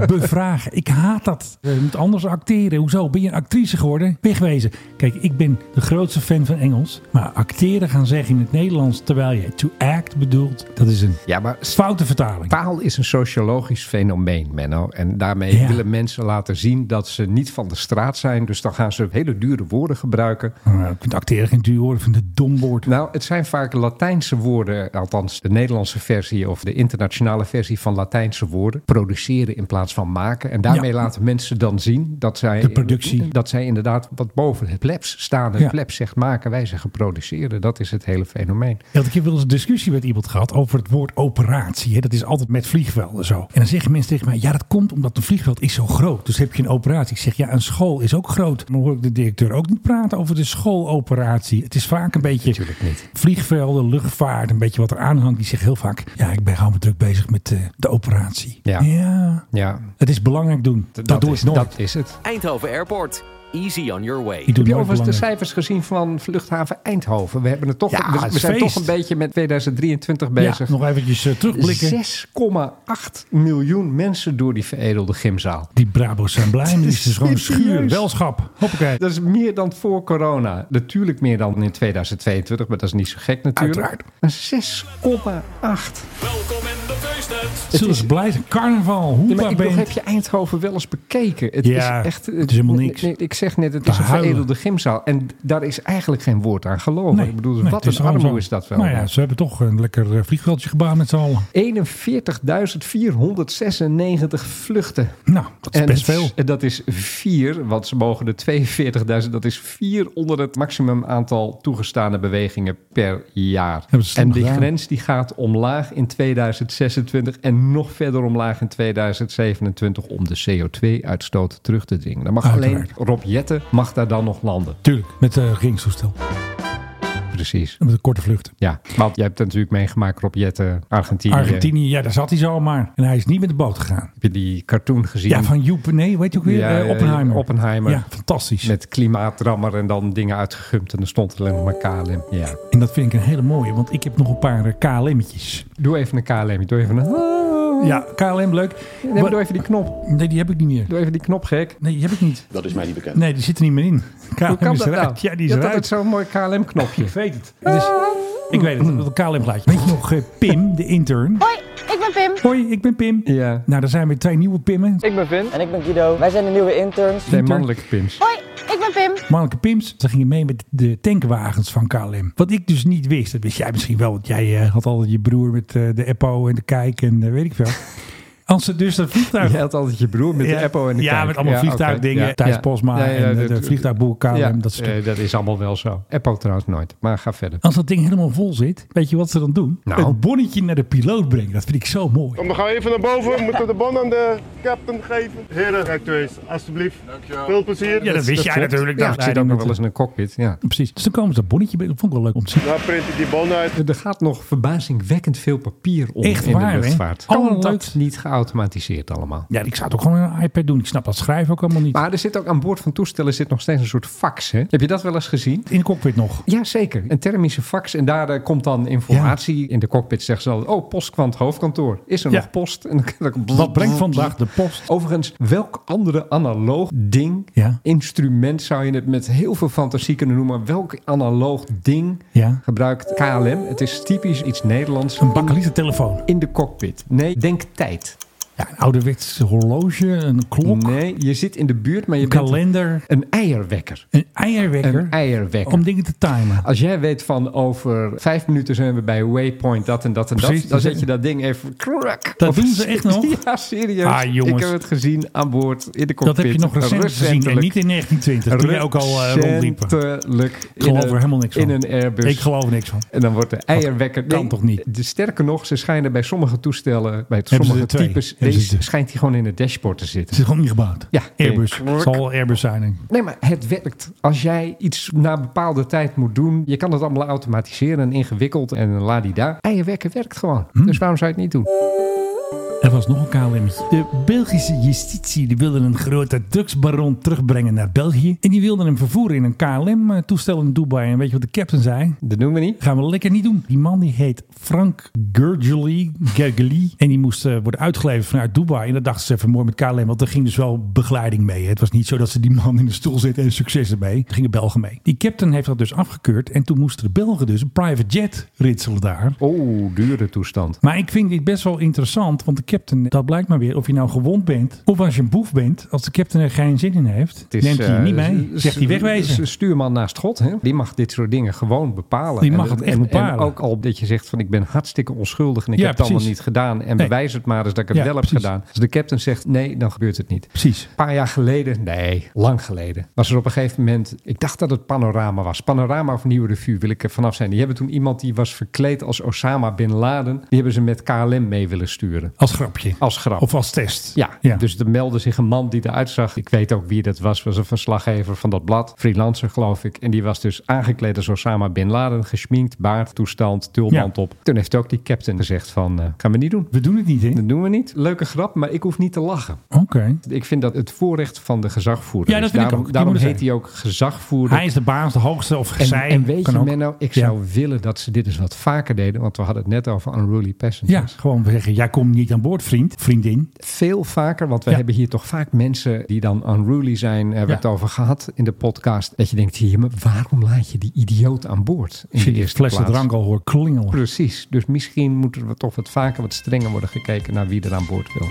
S6: bevragen. Ik haat dat. Eh, Je moet anders acteren. Hoezo? Ben je een actrice geworden? Wegwezen. Kijk, ik ben de grootste fan van Engels. Maar acteren gaan zeggen in het Nederlands terwijl je to act bedoelt, dat is een
S9: Ja, maar
S6: foute vertaling.
S9: Taal is een sociologisch fenomeen, Menno. En daarmee
S6: Ja.
S9: willen mensen laten zien dat ze niet van de straat zijn. Dus dan gaan ze hele dure woorden gebruiken.
S6: Nou, Ik vind acteren geen duur woord. Ik vind het een dom woord.
S9: Nou, het zijn vaak Latijnse woorden. Althans, de Nederlandse versie of de internationale versie van Latijnse woorden. Produceren in plaats van maken. En daarmee
S6: Ja.
S9: laten mensen dan zien dat zij...
S6: De productie.
S9: Dat zij inderdaad wat boven het plebs staan. Het
S6: Ja.
S9: plebs zegt maken, wij zeggen produceren. Dat is het hele fenomeen.
S6: Ik had een keer wel eens een discussie met iemand gehad over het woord operatie. Hè? Dat is altijd met vliegvelden zo. En dan zeggen mensen tegen mij, ja dat komt omdat een vliegveld is zo groot. Dus heb je een operatie. Ik zeg, ja een school is ook groot. Dan hoor ik de directeur ook niet praten over de schooloperatie. Het is vaak een beetje
S9: Natuurlijk niet.
S6: vliegvelden, luchtvaart, een beetje wat er aanhangt. Die zegt heel vaak, ja ik ben gewoon druk bezig met eh, de operatie.
S9: Ja. Ja,
S6: het is belangrijk doen. Dat, doe
S9: is,
S6: ik nooit.
S9: Dat is het.
S10: Eindhoven Airport. Easy on your way.
S6: ik doe
S9: Heb
S6: nooit
S9: je overigens de
S6: belangrijk.
S9: cijfers gezien van luchthaven Eindhoven? We, hebben het toch,
S6: Ja,
S9: we, we
S6: het is
S9: zijn
S6: feest.
S9: toch een beetje met 2023
S6: Ja,
S9: bezig.
S6: nog eventjes eh, terugblikken.
S9: 6,8 miljoen mensen door die veredelde gymzaal.
S6: Die Brabo's zijn blij, maar die
S9: [laughs]
S6: is dus gewoon schuur,
S9: Serieus?
S6: welschap. Hoppakee.
S9: Dat is meer dan voor corona. Natuurlijk meer dan in 2022, maar dat is niet zo gek natuurlijk. Maar 6,8.
S2: Welkom in de feesttent.
S6: Zullen ze blij zijn? Carnaval,
S9: Nee, maar
S6: hoepa
S9: ik bedoel,
S6: bent.
S9: heb je Eindhoven wel eens bekeken? Het
S6: Ja,
S9: is echt.
S6: het is helemaal niks.
S9: Nee, ik zeg net, het
S6: Te
S9: is een
S6: huilen.
S9: veredelde gymzaal. En daar is eigenlijk geen woord aan geloven. ik bedoel,
S6: nee,
S9: wat
S6: het
S9: een
S6: gewoon
S9: armoe
S6: zo.
S9: is dat wel.
S6: Nou ja, ze hebben toch een lekker eh, vliegveldje gebaan met z'n allen.
S9: 41.496 vluchten.
S6: Nou, dat is
S9: en
S6: best
S9: het-
S6: veel.
S9: en dat is vier, want ze mogen de 42.000, dat is vier onder het maximum aantal toegestane bewegingen per jaar.
S6: Hebben ze slim
S9: En die
S6: gedaan.
S9: grens die gaat omlaag in 2026 en nog verder omlaag in 2027 om de CO2-uitstoot terug te dringen. Dan mag
S6: Uiteraard.
S9: alleen Rob Jetten mag daar dan nog landen.
S6: Tuurlijk, met eh ringstoestel.
S9: Precies.
S6: Met de korte vluchten.
S9: Ja, want jij hebt het natuurlijk meegemaakt, Rob Jetten, Argentinië.
S6: Argentinië, ja, daar zat hij zo maar. En hij is niet met de boot gegaan.
S9: Heb je die cartoon gezien?
S6: Ja, van Joep, nee, weet je ook weer?
S9: Ja,
S6: Eh,
S9: ja, ja,
S6: Oppenheimer.
S9: Oppenheimer.
S6: Ja, fantastisch.
S9: Met klimaatrammer en dan dingen uitgegumpt. En dan stond alleen nog maar KLM. Ja.
S6: En dat vind ik een hele mooie, want ik heb nog een paar eh, KLM'tjes.
S9: Doe even een KLM. Doe even een...
S6: Ja, KLM, leuk.
S9: Oh. Nee, maar
S6: Wat-
S9: doe even die knop.
S6: nee, die heb ik niet meer.
S9: Doe even die knop, gek.
S6: Nee, die heb ik niet.
S2: Dat is mij niet bekend.
S6: Nee, die zit er niet meer in. KLM
S9: Hoe kan
S6: is
S9: dat
S6: eruit.
S9: nou?
S6: Ja, die is
S9: je had
S6: eruit.
S9: altijd zo'n mooi KLM-knopje.
S6: Ik weet het. Het is- ik weet het, dat een KLM plaatje. Weet je nog, eh, Pim, de intern? Hoi, ik ben Pim. Hoi, ik ben Pim.
S9: [laughs] Ja.
S6: Nou, daar zijn weer twee nieuwe Pimmen.
S10: En ik ben Guido. Wij zijn de nieuwe interns.
S9: Twee mannelijke pins.
S6: Mannelijke Pims. Ze gingen mee met de tankwagens van KLM. Wat ik dus niet wist, dat wist jij misschien wel. Want jij eh, had altijd je broer met eh, de Eppo en de Kijk en eh, weet ik veel. Als ze dus dat vliegtuig...
S9: Je had altijd je broer met
S6: Ja.
S9: de Apple en de
S6: Ja,
S9: kijk.
S6: met allemaal vliegtuigdingen. Thijs Posma en eh, de- de vliegtuigboer KLM, dat soort-
S9: eh, dat is allemaal wel zo. Apple trouwens nooit. Maar ga verder.
S6: Als dat ding helemaal vol zit, weet je wat ze dan doen?
S9: Nou.
S6: Het bonnetje naar de piloot brengen. Dat vind ik zo mooi.
S2: We gaan even naar boven. We moeten de bon aan de captain geven. Heren, kijk eens, alstublieft. Veel plezier.
S6: Ja, dat wist jij
S9: klopt.
S6: natuurlijk.
S9: Ja,
S6: dacht
S9: ik
S6: jij,
S9: zit
S6: die
S9: ook nog wel eens
S6: moeten-
S9: in een cockpit. Ja.
S6: Precies. Dus dan komen ze dat bonnetje binnen. Dat vond ik wel leuk om te zien.
S2: Daar print ik die bon uit.
S9: Er gaat nog verbazingwekkend veel papier om
S6: Echt
S9: in
S6: waar,
S9: de
S6: hè?
S9: luchtvaart.
S6: Allemaal
S9: Kan dat
S6: leuk.
S9: niet geautomatiseerd allemaal?
S6: Ja, ik zou het ook gewoon met een iPad doen. Ik snap dat schrijven ook allemaal niet.
S9: Maar er zit ook aan boord van toestellen zit nog steeds een soort fax. Hè? Heb je dat wel eens gezien?
S6: In de cockpit nog.
S9: Jazeker, een thermische fax. En daar eh, komt dan informatie. In de cockpit zeggen ze altijd, oh, postkwant hoofdkantoor. Is er
S6: Ja.
S9: nog post? En dan, dan-
S6: Wat brengt vandaag de post?
S9: Overigens, welk andere analoog ding,
S6: Ja.
S9: instrument zou je het met heel veel fantasie kunnen noemen? Welk analoog ding
S6: Ja.
S9: gebruikt KLM? Het is typisch iets Nederlands.
S6: Een bakkelieter telefoon.
S9: In de cockpit. Nee, denk tijd.
S6: Ja, een ouderwets horloge, een klok.
S9: Nee, je zit in de buurt, maar je
S6: kalender.
S9: bent een eierwekker.
S6: Een eierwekker?
S9: Een eierwekker.
S6: Om dingen te timen.
S9: Als jij weet van over vijf minuten zijn we bij Waypoint dat en dat en
S6: Precies,
S9: dat, dan
S6: dus
S9: zet je dat ding even krak.
S6: Dat
S9: Of-
S6: doen ze echt nog?
S9: [laughs] Ja, serieus.
S6: Ah, jongens.
S9: Ik heb het gezien aan boord in de
S6: Dat
S9: cockpit.
S6: heb je nog recent gezien en niet in 1920, toen je ook al eh, rondliep.
S9: Recentelijk
S6: Ik geloof
S9: in
S6: er helemaal niks
S9: in
S6: van.
S9: een Airbus.
S6: Ik geloof niks van.
S9: En dan wordt de eierwekker...
S6: kan toch niet?
S9: De, sterker nog, ze schijnen bij sommige toestellen, bij
S6: ze
S9: sommige
S6: er twee?
S9: types,
S6: Hebben ze
S9: deze
S6: er-
S9: schijnt hij gewoon in het dashboard te
S6: Het
S9: zitten.
S6: is gewoon niet gebouwd.
S9: Ja.
S6: Airbus.
S9: Klik.
S6: Het zal wel Airbus zijn. denk ik.
S9: Nee, maar het werkt. Als jij iets na een bepaalde tijd moet doen, je kan het allemaal automatiseren en ingewikkeld en ladida. Eierwekker werkt gewoon. Dus waarom zou je het niet doen?
S6: Er was nog een KLM'tje. De Belgische justitie die wilde een grote drugsbaron terugbrengen naar België. En die wilde hem vervoeren in een KLM-toestel in Dubai. En weet je wat de captain zei?
S9: Dat doen we niet.
S6: Gaan we lekker niet doen. Die man die heet Frank Gurgely. Gergely. En die moest eh, worden uitgeleverd vanuit Dubai. En dat dachten ze even mooi met KLM. Want er ging dus wel begeleiding mee. Het was niet zo dat ze die man in de stoel zitten en succes ermee. Er gingen Belgen mee. Die captain heeft dat dus afgekeurd. En toen moesten de Belgen dus een private jet ritselen daar.
S9: Oh, dure toestand.
S6: Maar ik vind dit best wel interessant, want de captain, dat blijkt maar weer, of je nou gewond bent of als je een boef bent, als de captain er geen zin in heeft,
S9: Het is,
S6: neemt hij
S9: eh,
S6: niet mee,
S9: s-
S6: zegt hij
S9: s-
S6: wegwezen.
S9: Stuurman naast God, hè? die mag dit soort dingen gewoon bepalen.
S6: Die
S9: En-
S6: mag het echt
S9: en,
S6: bepalen.
S9: En ook al dat je zegt van ik ben hartstikke onschuldig en ik
S6: Ja,
S9: heb het allemaal
S6: precies.
S9: niet gedaan. En
S6: Nee.
S9: bewijs het maar eens dat ik het
S6: Ja,
S9: wel heb
S6: precies.
S9: gedaan. Als de captain zegt nee, dan gebeurt het niet.
S6: Precies.
S9: Een paar jaar geleden, nee, lang geleden, was er op een gegeven moment, ik dacht dat het Panorama was. Panorama of Nieuwe Revue wil ik er vanaf zijn. Die hebben toen iemand die was verkleed als Osama Bin Laden. Die hebben ze met KLM mee willen sturen.
S6: Als grapje.
S9: Als grap.
S6: Of als test.
S9: Ja, dus er meldde zich een man die eruit zag. Ik weet ook wie dat was. was een verslaggever van dat blad. Freelancer, geloof ik. En die was dus aangekleed als Osama Bin Laden. Geschminkt, baard, toestand, tulband op. Toen heeft ook die captain gezegd van... eh, gaan we niet doen.
S6: We doen het niet, hè?
S9: Dat doen we niet. Leuke grap, maar ik hoef niet te lachen.
S6: Oké.
S9: Ik vind dat het voorrecht van de gezagvoerder
S6: Ja, dat
S9: is.
S6: vind ik
S9: daarom
S6: ook. Die
S9: daarom
S6: moet er
S9: heet hij ook gezagvoerder.
S6: Hij is de baas, de hoogste, of
S9: en,
S6: zij.
S9: en weet
S6: kan
S9: je,
S6: ook.
S9: Menno, ik
S6: Ja.
S9: zou willen dat ze dit eens wat vaker deden. Want we hadden het net over unruly passengers.
S6: Ja, gewoon zeggen, jij komt niet aan boord, vriend, vriendin.
S9: veel vaker, want we
S6: Ja.
S9: hebben hier toch vaak mensen die dan unruly zijn, hebben we
S6: Ja.
S9: het over gehad in de podcast. Dat je denkt, hier, maar waarom laat je die idioot aan boord? In
S6: Als je
S9: de
S6: die
S9: eerste
S6: flessen
S9: plaats?
S6: drank al hoort klingelen.
S9: Precies, dus misschien moeten we toch wat vaker, wat strenger worden gekeken naar wie er aan boord wil.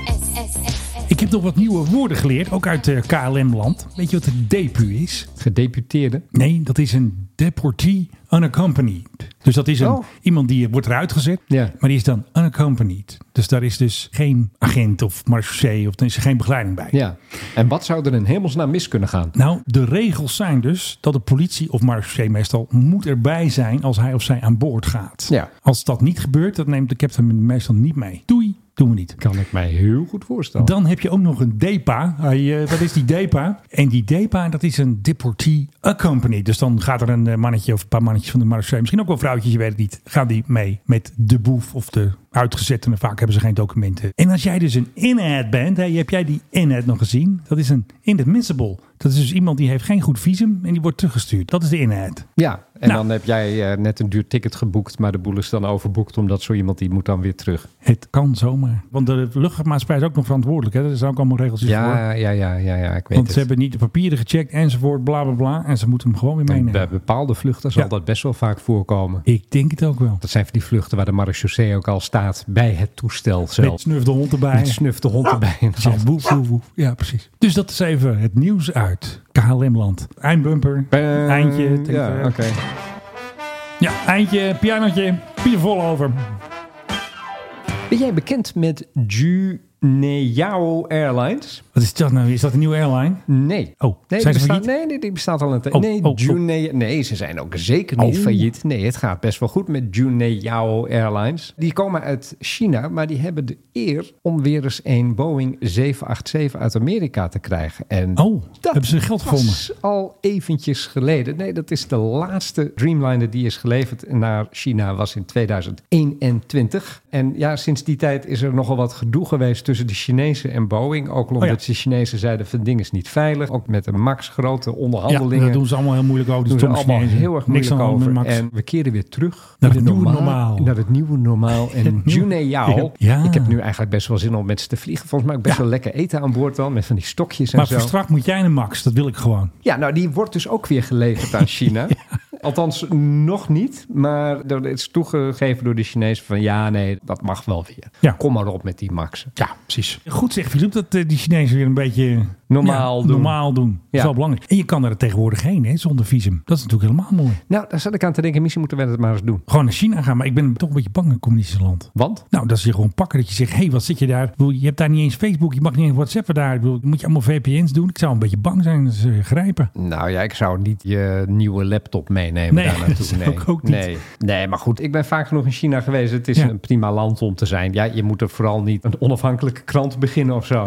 S6: Ik heb nog wat nieuwe woorden geleerd, ook uit eh, KLM-land. Weet je wat een depu is?
S9: Gedeputeerde.
S6: Nee, dat is een deportee unaccompanied. Dus dat is een,
S9: Oh.
S6: iemand die eh, wordt eruit gezet,
S9: Ja.
S6: maar die is dan unaccompanied. Dus daar is dus geen agent of marechaussee of er is geen begeleiding bij.
S9: Ja, en wat zou er in hemelsnaam mis kunnen gaan?
S6: Nou, de regels zijn dus dat de politie of marechaussee meestal moet erbij zijn als hij of zij aan boord gaat.
S9: Ja.
S6: Als dat niet gebeurt, dan neemt de captain meestal niet mee. Doei, doen we niet.
S9: Kan ik mij heel goed voorstellen.
S6: Dan heb je ook nog een DEPA. Hij, eh, wat is die DEPA? En die DEPA, dat is een Deportee Accompany. Dus dan gaat er een eh, mannetje of een paar mannetjes van de marechaussee, misschien ook wel vrouwtjes, je weet het niet, gaan die mee met de boef of de uitgezettene. Vaak hebben ze geen documenten. En als jij dus een inhead bent, hè, heb jij die inhead nog gezien? Dat is een inadmissible. Dat is dus iemand die heeft geen goed visum en die wordt teruggestuurd. Dat is de inhead.
S9: ja, en
S6: Nou.
S9: dan heb jij eh, net een duur ticket geboekt, maar de boel is dan overboekt, omdat zo iemand die moet dan weer terug.
S6: Het kan zomaar. Want de luchtvaartmaatschappij is ook nog verantwoordelijk. Hè? Er zijn ook allemaal regels voor.
S9: Ja, ja, ja, ja, ja, ik weet
S6: Want
S9: het.
S6: ze hebben niet de papieren gecheckt enzovoort, bla bla bla. En ze moeten hem gewoon weer
S9: En
S6: meenemen.
S9: bij bepaalde vluchten zal
S6: Ja.
S9: dat best wel vaak voorkomen.
S6: Ik denk het ook wel.
S9: Dat zijn van die vluchten waar de marechaussee ook al staat bij het toestel
S6: Met
S9: zelf.
S6: snuf de hond erbij.
S9: Met snuf de hond erbij. in de
S6: Zo,
S9: hand.
S6: woef, woef, woef. Ja, precies. Dus dat is even het nieuws uit KLM-land. Eindbumper,
S9: Eh,
S6: eindje. tik-
S9: Ja,
S6: eh,
S9: oké.
S6: ja, eindje, pianotje, Pier vol over.
S9: Ben jij bekend met Juneyao Airlines?
S6: Wat is dat nou? Is dat een nieuwe airline?
S9: Nee.
S6: Oh,
S9: nee,
S6: zijn ze
S9: bestaat,
S6: failliet?
S9: nee, nee, die bestaat al een tijd.
S6: Oh,
S9: nee,
S6: oh, oh.
S9: Junei- nee, ze zijn ook zeker niet
S6: Oh.
S9: failliet. Nee, het gaat best wel goed met Juneyao Airlines. Die komen uit China, maar die hebben de eer om weer eens een Boeing 787 uit Amerika te krijgen. En
S6: Oh, hebben ze geld gevonden?
S9: was al eventjes geleden. Nee, dat is de laatste Dreamliner die is geleverd naar China was in 2021. En ja, sinds die tijd is er nogal wat gedoe geweest tussen de Chinezen en Boeing. Ook omdat
S6: Oh ja.
S9: de Chinezen zeiden van ding is niet veilig. Ook met de Max grote onderhandelingen.
S6: Ja, daar doen ze allemaal heel moeilijk over. Die
S9: Doen ze
S6: stomme
S9: allemaal
S6: Chinezen.
S9: heel erg
S6: Niks
S9: moeilijk
S6: aan de hand met
S9: over.
S6: Max.
S9: En we keren weer terug
S6: Naar
S9: in
S6: het nieuwe normaal.
S9: Naar het nieuwe
S6: [laughs]
S9: normaal. En Juneyao.
S6: Ja.
S9: Ik heb nu eigenlijk best wel zin om met ze te vliegen. Volgens mij ook best
S6: Ja.
S9: wel lekker eten aan boord dan. Met van die stokjes en
S6: maar
S9: zo.
S6: voor straks moet jij naar Max. Dat wil ik gewoon.
S9: [laughs] Ja, nou die wordt dus ook weer geleverd aan China. Althans, nog niet. Maar er is toegegeven door de Chinezen van ja, nee, dat mag wel weer.
S6: Ja.
S9: Kom maar op met die maxen.
S6: Ja, precies. Goed zegt Filip dat eh, die Chinezen weer een beetje eh,
S9: Normaal
S6: ja,
S9: doen.
S6: normaal doen. Dat
S9: Ja.
S6: is wel belangrijk. En je kan er tegenwoordig heen hè, zonder visum. Dat is natuurlijk helemaal mooi.
S9: Nou, daar zat ik aan te denken, misschien moeten we dat maar eens doen.
S6: Gewoon naar China gaan, maar ik ben toch een beetje bang in het communistische land.
S9: Want?
S6: Nou, dat ze je gewoon pakken. Dat je zegt, hé, hey, wat zit je daar? Ik bedoel, je hebt daar niet eens Facebook, je mag niet eens WhatsAppen daar. Ik bedoel, moet je allemaal VPN's doen? Ik zou een beetje bang zijn dat ze je grijpen.
S9: Nou ja, ik zou niet je nieuwe laptop meenemen
S6: Nee,
S9: daar naartoe. [laughs]
S6: dat zou ik ook niet.
S9: Nee. nee, maar goed, ik ben vaak genoeg in China geweest. Het is
S6: Ja.
S9: een prima land om te zijn. Ja, je moet er vooral niet een onafhankelijke krant beginnen of [laughs] zo.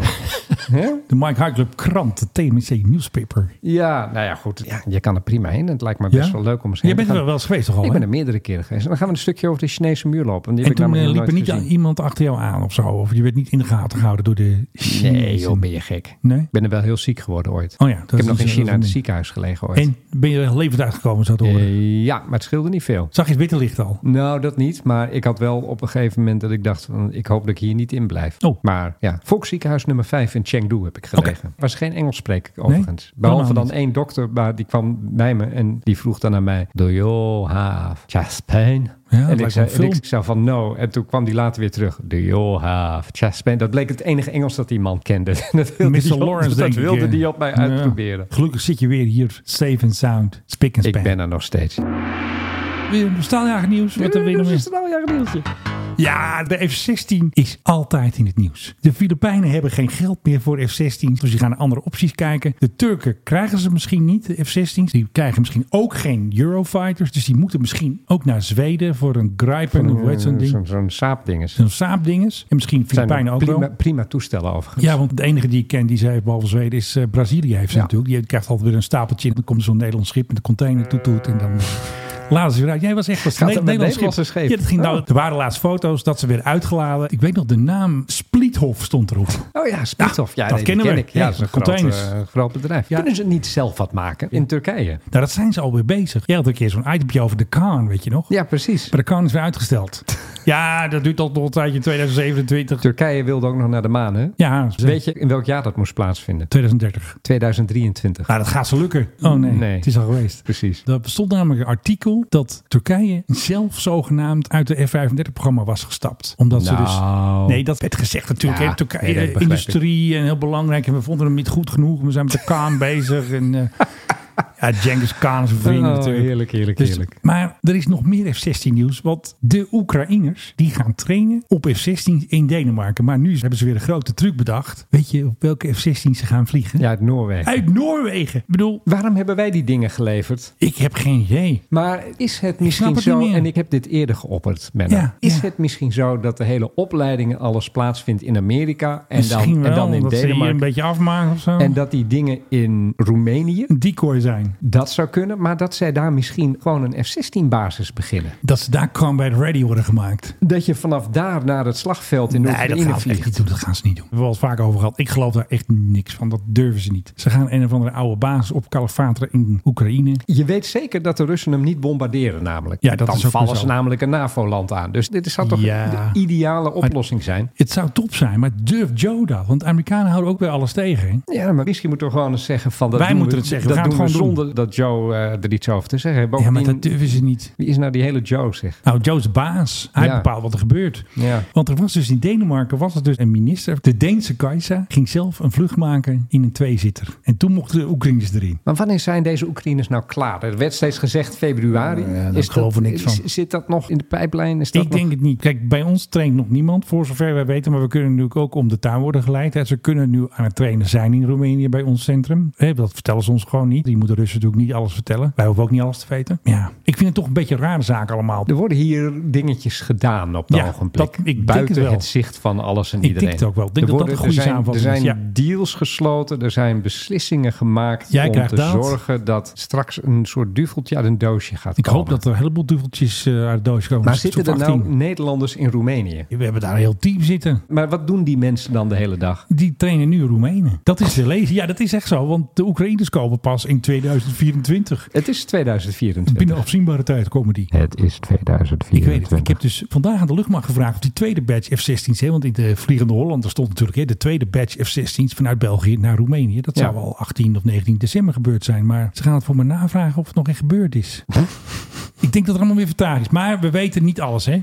S9: Hè?
S6: De Mike High Club krant, de TMC Newspaper.
S9: ja, nou ja, goed. Ja, je kan er prima heen. Het lijkt me
S6: Ja?
S9: best wel leuk om eens
S6: Jij
S9: heen
S6: bent
S9: te
S6: er
S9: gaan.
S6: wel eens geweest toch al?
S9: Ik
S6: Oh, hè?
S9: ben er meerdere keren geweest. Dan gaan we een stukje over de Chinese muur lopen. want Die
S6: En
S9: heb ik
S6: toen eh,
S9: namelijk nog
S6: liep er
S9: nooit
S6: niet
S9: gezien.
S6: iemand achter jou aan of zo? Of je werd niet in de gaten gehouden door de Chinezen?
S9: Nee, joh, ben je gek.
S6: Nee?
S9: Ik ben er wel heel ziek geworden ooit.
S6: Oh ja, dat
S9: ik heb
S6: is
S9: nog in
S6: dus-
S9: China in het
S6: dat-
S9: ziekenhuis gelegen ooit.
S6: En ben je er levend uitgekomen, zou het horen?
S9: Eh, ja, maar het scheelde niet veel.
S6: Zag je het witte licht al?
S9: Nou, dat niet. Maar ik had wel op een gegeven moment dat ik dacht... Van, ik hoop dat ik hier niet in blijf.
S6: Oh.
S9: Maar ja, Volksziekenhuis nummer 5 in Chengdu heb ik gelegen. Was geen Engels spreek ik overigens. Behalve
S6: helemaal
S9: dan één dokter, maar die kwam bij me... en die vroeg dan aan mij... Do you have chest pain?
S6: lijkt
S9: en
S6: wel
S9: ik
S6: een
S9: zei, en
S6: film.
S9: ik zei van no. En toen kwam die later weer terug. Do you have chest pain? Dat bleek het enige Engels dat die man kende. [laughs] dat wilde, die
S6: Mr.
S9: op-
S6: Lawrence,
S9: dat
S6: denk ik,
S9: wilde
S6: eh.
S9: die op mij
S6: Ja.
S9: uitproberen.
S6: Gelukkig zit je weer hier, safe and sound, spik en
S9: Ik
S6: span.
S9: ben er nog steeds.
S6: Weer Staaljager nieuws, wat er weer nog is. Ja, de F-16 is altijd in het nieuws. De Filipijnen hebben geen geld meer voor F-16's, dus die gaan naar andere opties kijken. De Turken krijgen ze misschien niet, de F-16's. Die krijgen misschien ook geen Eurofighters, dus die moeten misschien ook naar Zweden voor een Gripen, hoe heet zo'n ding?
S9: eh, Zo'n zo'n saapding is.
S6: Zo'n saapdinges. En misschien
S9: Zijn
S6: Filipijnen ook
S9: prima,
S6: wel.
S9: prima toestellen overigens.
S6: Ja, want de enige die ik ken die ze heeft, behalve Zweden, is eh, Brazilië heeft ze
S9: Ja.
S6: natuurlijk. Die krijgt altijd weer een stapeltje. En dan komt zo'n Nederlands schip met een container toetoet. En dan [laughs] laden ze weer uit. Jij was echt was
S9: Gaat dat
S6: een
S9: met
S6: Nederlands schip.
S9: Nederlandse schepen?
S6: Ja, dat ging nou,
S9: Oh.
S6: er waren laatst foto's dat ze weer uitgeladen. Ik weet nog, de naam Spliethof stond
S9: [laughs]
S6: erop. Nou,
S9: Oh ja, Spithof. Ja,
S6: dat
S9: nee, die
S6: kennen
S9: ken
S6: we.
S9: ik. Ja,
S6: Ja,
S9: dat is een
S6: containers.
S9: groot, eh, groot bedrijf.
S6: Ja.
S9: Kunnen ze niet zelf wat maken in Turkije?
S6: Nou, dat zijn ze alweer bezig. Jij had een keer zo'n itempje over de Kaan, weet je nog?
S9: Ja, precies.
S6: Maar de Kaan is weer
S9: [laughs]
S6: uitgesteld. ja, dat duurt tot nog een tijdje 2027.
S9: Turkije wilde ook nog naar de maan, hè?
S6: Ja, ze-
S9: Weet je in welk jaar dat moest plaatsvinden?
S6: 2030.
S9: 2023.
S6: Nou, dat gaat ze lukken. Oh nee,
S9: Nee.
S6: het is al geweest.
S9: Precies.
S6: Er bestond namelijk een artikel dat Turkije zelf zogenaamd uit de F-35-programma was gestapt. Omdat ze dus...
S9: Nou.
S6: Nee, dat werd gezegd natuurlijk.
S9: Ja,
S6: hè, Turkije,
S9: nee, dat begrijp
S6: industrie en heel belangrijk. En we vonden hem niet goed genoeg. We zijn met de
S9: [laughs]
S6: Kaan bezig. En eh ja, Genghis Khan is een vriend
S9: Oh,
S6: natuurlijk.
S9: heerlijk, heerlijk,
S6: Dus-
S9: heerlijk.
S6: maar er is nog meer F-16 nieuws. Want de Oekraïners die gaan trainen op F-16 in Denemarken. Maar nu hebben ze weer een grote truc bedacht. Weet je op welke F-16 ze gaan vliegen?
S9: Ja, uit Noorwegen.
S6: Uit Noorwegen. Ik bedoel,
S9: Waarom hebben wij die dingen geleverd?
S6: ik heb geen idee.
S9: Maar is het misschien
S6: snap het
S9: zo,
S6: niet meer.
S9: en ik heb dit eerder geopperd, Menno.
S6: Ja,
S9: is
S6: ja.
S9: het misschien zo dat de hele opleiding en alles plaatsvindt in Amerika en,
S6: Misschien
S9: dan,
S6: wel,
S9: en dan in
S6: omdat ze hier een
S9: Denemarken?
S6: beetje afmaken of zo.
S9: En dat die dingen in Roemenië,
S6: een decoy zijn.
S9: dat zou kunnen. Maar dat zij daar misschien gewoon een F-16-basis beginnen.
S6: Dat ze daar combat ready worden gemaakt.
S9: Dat je vanaf daar naar het slagveld in
S6: Nee, dat
S9: Oekraïne
S6: gaan ze echt
S9: vliegt.
S6: niet doen. Dat gaan ze niet doen. We hebben het vaak over gehad. Ik geloof daar echt niks van. Dat durven ze niet. Ze gaan een of andere oude basis op Kalafatra in Oekraïne.
S9: Je weet zeker dat de Russen hem niet bombarderen namelijk.
S6: Ja, dat
S9: dan
S6: is ook
S9: vallen
S6: weer zo.
S9: ze namelijk een NAVO-land aan. Dus dit zou toch
S6: Ja.
S9: de ideale oplossing zijn.
S6: Het zou top zijn, maar durft Joe dat? Want de Amerikanen houden ook weer alles tegen. hè?
S9: Ja, maar misschien moeten we gewoon eens zeggen van... Dat
S6: Wij
S9: doen
S6: moeten
S9: we,
S6: het zeggen. We
S9: Dat
S6: gaan
S9: doen
S6: het
S9: we
S6: gewoon
S9: zonder dat Joe eh, er iets over te zeggen heeft.
S6: Ja, maar
S9: Bovendien,
S6: dat durven ze niet.
S9: Wie is nou die hele Joe, zeg?
S6: Nou, Joe is de baas. Hij
S9: Ja.
S6: bepaalt wat er gebeurt.
S9: Ja.
S6: Want er was dus in Denemarken was er dus een minister. De Deense Kajsa ging zelf een vlucht maken in een tweezitter. En toen mochten de Oekraïners erin.
S9: Maar wanneer zijn deze Oekraïners nou klaar? Er werd steeds gezegd februari.
S6: daar geloof ik niks van.
S9: is- Zit dat nog in de pijplijn? Is dat
S6: Ik
S9: nog-
S6: denk het niet. Kijk, bij ons traint nog niemand, voor zover wij weten. Maar we kunnen natuurlijk ook om de tuin worden geleid. Hè. Ze kunnen nu aan het trainen zijn in Roemenië bij ons centrum. Hè, dat vertellen ze ons gewoon niet. Die moeten Russen natuurlijk niet alles vertellen. Wij hoeven ook niet alles te weten. Ja, ik vind het toch een beetje een rare zaak allemaal.
S9: Er worden hier dingetjes gedaan op de
S6: Ja,
S9: ogenblik.
S6: dat- ik denk
S9: Buiten
S6: het wel.
S9: zicht van alles en
S6: denk
S9: iedereen.
S6: het ook wel. Ik denk
S9: er
S6: dat dat een goede
S9: er zijn,
S6: samenvatting
S9: Er
S6: is,
S9: zijn
S6: ja.
S9: deals gesloten. Er zijn beslissingen gemaakt
S6: Jij
S9: om
S6: krijgt
S9: te
S6: dat.
S9: zorgen dat straks een soort duveltje uit een doosje gaat
S6: Ik hoop
S9: komen.
S6: dat er een heleboel duveltjes eh, uit de doos komen.
S9: Maar
S6: Dus het
S9: zitten er
S6: is
S9: nou
S6: 18.
S9: Nederlanders in Roemenië?
S6: We hebben daar een heel team zitten.
S9: Maar wat doen die mensen dan de hele dag?
S6: Die trainen nu Roemenen. Dat is te lezen. Ja, dat is echt zo. Want de Oekraïners komen pas in 2024.
S9: Het is 2024.
S6: Binnen afzienbare tijd komen die.
S9: Het is 2024.
S6: Ik weet het. Ik heb dus vandaag aan de luchtmacht gevraagd of die tweede batch F-16's. Hè, want in de Vliegende Hollander stond natuurlijk hè, de tweede batch F-16's. grensdienst vanuit België naar Roemenië. Dat zou
S9: Ja.
S6: al 18 of 19 december gebeurd zijn. Maar ze gaan het voor me navragen of het nog echt gebeurd is. Ik denk dat er allemaal weer vertraging is. Maar we weten niet alles, hè?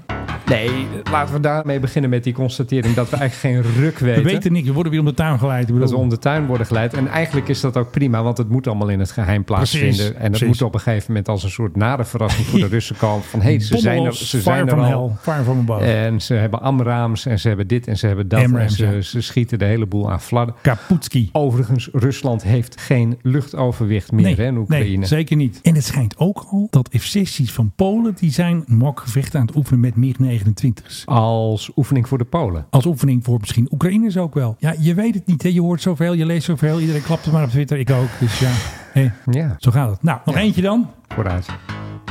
S9: Nee, laten we daarmee beginnen met die constatering dat we eigenlijk geen ruk weten.
S6: We weten niks. We worden weer om de tuin geleid. Ik
S9: Dat we
S6: bedoel,
S9: om de tuin worden geleid. En eigenlijk is dat ook prima, want het moet allemaal in het geheim plaatsvinden.
S6: Precies,
S9: en dat
S6: precies.
S9: moet op een gegeven moment als een soort nare
S6: [laughs]
S9: verrassing voor de Russen komen. Van hey, ze zijn er,
S6: Bommelos,
S9: ze
S6: fire
S9: zijn er Eh,
S6: from
S9: al.
S6: hell, fire from above.
S9: En ze hebben AMRAAMs en ze hebben dit en ze hebben dat.
S6: AMRAAMs,
S9: en ze,
S6: ja.
S9: ze schieten de hele boel aan fladden.
S6: Kaputski.
S9: Overigens, Rusland heeft geen luchtoverwicht meer hè, in Oekraïne.
S6: Nee, zeker niet. En het schijnt ook al dat F-16's van Polen... die zijn mokgevechten aan het oefenen met MiG-29's.
S9: Als oefening voor de Polen.
S6: Als oefening voor misschien Oekraïners ook wel. Ja, je weet het niet. Hè? Je hoort zoveel, je leest zoveel. Iedereen klapt het maar op Twitter. Ik ook. Dus ja, hè,
S9: Ja,
S6: zo gaat het. Nou, nog eentje dan.
S9: vooruit.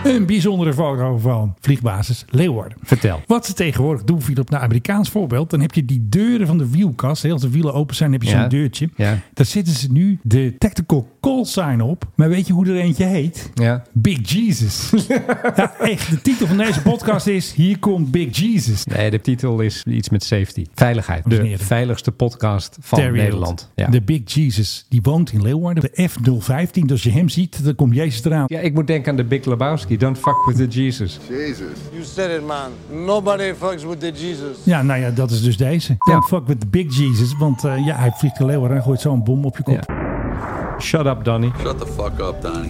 S6: Een bijzondere foto van vliegbasis Leeuwarden.
S9: Vertel.
S6: Wat ze tegenwoordig doen, viel op naar Amerikaans voorbeeld. Dan heb je die deuren van de wielkast. Heel als de wielen open zijn, heb je
S9: Ja.
S6: zo'n deurtje.
S9: Ja.
S6: Daar zitten ze nu de tactical call sign op. Maar weet je hoe er eentje heet?
S9: Ja.
S6: Big Jesus. [laughs] ja, echt, de titel van deze podcast is Hier komt Big Jesus.
S9: Nee, de titel is iets met safety. Veiligheid. De
S6: heren.
S9: veiligste podcast van
S6: Ter wereld.
S9: Nederland. Ja.
S6: De Big Jesus, die woont in Leeuwarden. De F015, dus als je hem ziet, dan komt Jezus eraan.
S9: ja, ik moet denken aan de Big Lebowski. Don't fuck with the Jesus.
S3: You said it, man. Nobody fucks with the Jesus.
S6: Ja, nou ja, dat is dus deze. Don't fuck with the Big Jesus, want eh, ja, hij vliegt in Leeuwarden en gooit zo'n bom op je kop.
S9: Shut up, Donnie.
S12: Shut the fuck up, Donnie.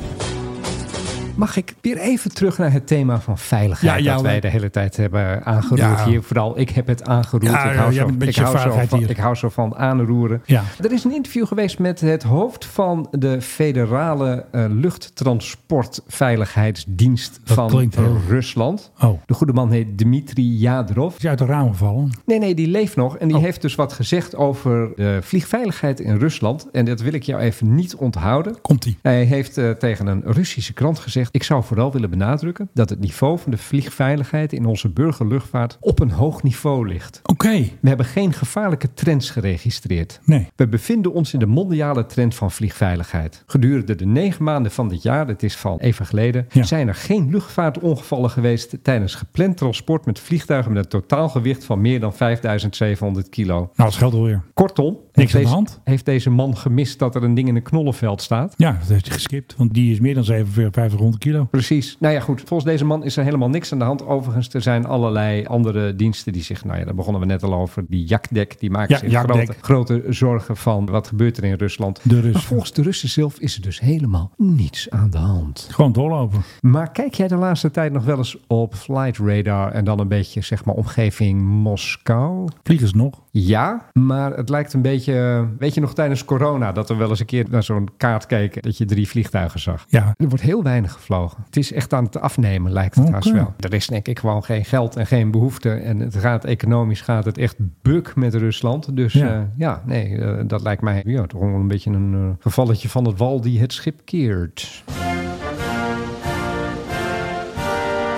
S9: Mag ik weer even terug naar het thema van veiligheid
S6: Ja, ja,
S9: dat wij
S6: hoor.
S9: de hele tijd hebben aangeroerd
S6: Ja.
S9: hier. Vooral ik heb het aangeroerd.
S6: Ja,
S9: ik,
S6: ja,
S9: hou
S6: jij
S9: zo,
S6: bent een
S9: ik,
S6: beetje
S9: hou zo
S6: vaagheid
S9: van,
S6: hier.
S9: ik hou zo van aanroeren.
S6: Ja.
S9: Er is een interview geweest met het hoofd van de federale eh, luchttransportveiligheidsdienst
S6: Dat
S9: van eh,
S6: klinkt heel-
S9: Rusland.
S6: Oh.
S9: De goede man heet Dmitri Jadrov.
S6: Is hij uit de ramen vallen?
S9: Nee, nee, die leeft nog. En die heeft dus wat gezegd over de vliegveiligheid in Rusland. En dat wil ik jou even niet onthouden.
S6: Komt-ie.
S9: Hij heeft eh, tegen een Russische krant gezegd: Ik zou vooral willen benadrukken dat het niveau van de vliegveiligheid in onze burgerluchtvaart op een hoog niveau ligt.
S6: Oké. Nou,
S9: We hebben geen gevaarlijke trends geregistreerd.
S6: Nee.
S9: We bevinden ons in de mondiale trend van vliegveiligheid. Gedurende de negen maanden van dit jaar, het is van even geleden,
S6: Ja.
S9: zijn er geen luchtvaartongevallen geweest tijdens gepland transport met vliegtuigen met een totaalgewicht van meer dan 5700 kilo.
S6: Nou, het geldt alweer.
S9: Kortom,
S6: Niks aan de
S9: deze-
S6: hand?
S9: heeft deze man gemist dat er een ding in een knollenveld staat?
S6: Ja, dat heeft hij geskipt, want die is meer dan 5700 kilo.
S9: Precies. Nou ja, goed. Volgens deze man is er helemaal niks aan de hand. Overigens, er zijn allerlei andere diensten die zich... Nou ja, daar begonnen we net al over. Die jakdek, die maken
S6: Ja,
S9: zich
S6: Jakdek.
S9: grote, grote zorgen van wat gebeurt er in Rusland.
S6: De Russen.
S9: Maar volgens de Russen zelf is er dus helemaal niets aan de hand.
S6: Gewoon doorlopen.
S9: Maar kijk jij de laatste tijd nog wel eens op Flight Radar... en dan een beetje, zeg maar, omgeving Moskou?
S6: Vliegers nog.
S9: Ja, maar het lijkt een beetje... Weet je nog tijdens corona dat we wel eens een keer naar zo'n kaart keken... dat je drie vliegtuigen zag?
S6: Ja.
S9: Er wordt heel weinig gevlogen. Het is echt aan het afnemen, lijkt het
S6: Oké.
S9: haast wel. Er is denk ik gewoon geen geld en geen behoefte. En het gaat economisch gaat het echt buk met Rusland. Dus
S6: Ja.
S9: ja, ja nee, eh, dat lijkt mij ja, toch wel een beetje een eh, gevalletje van het wal die het schip keert.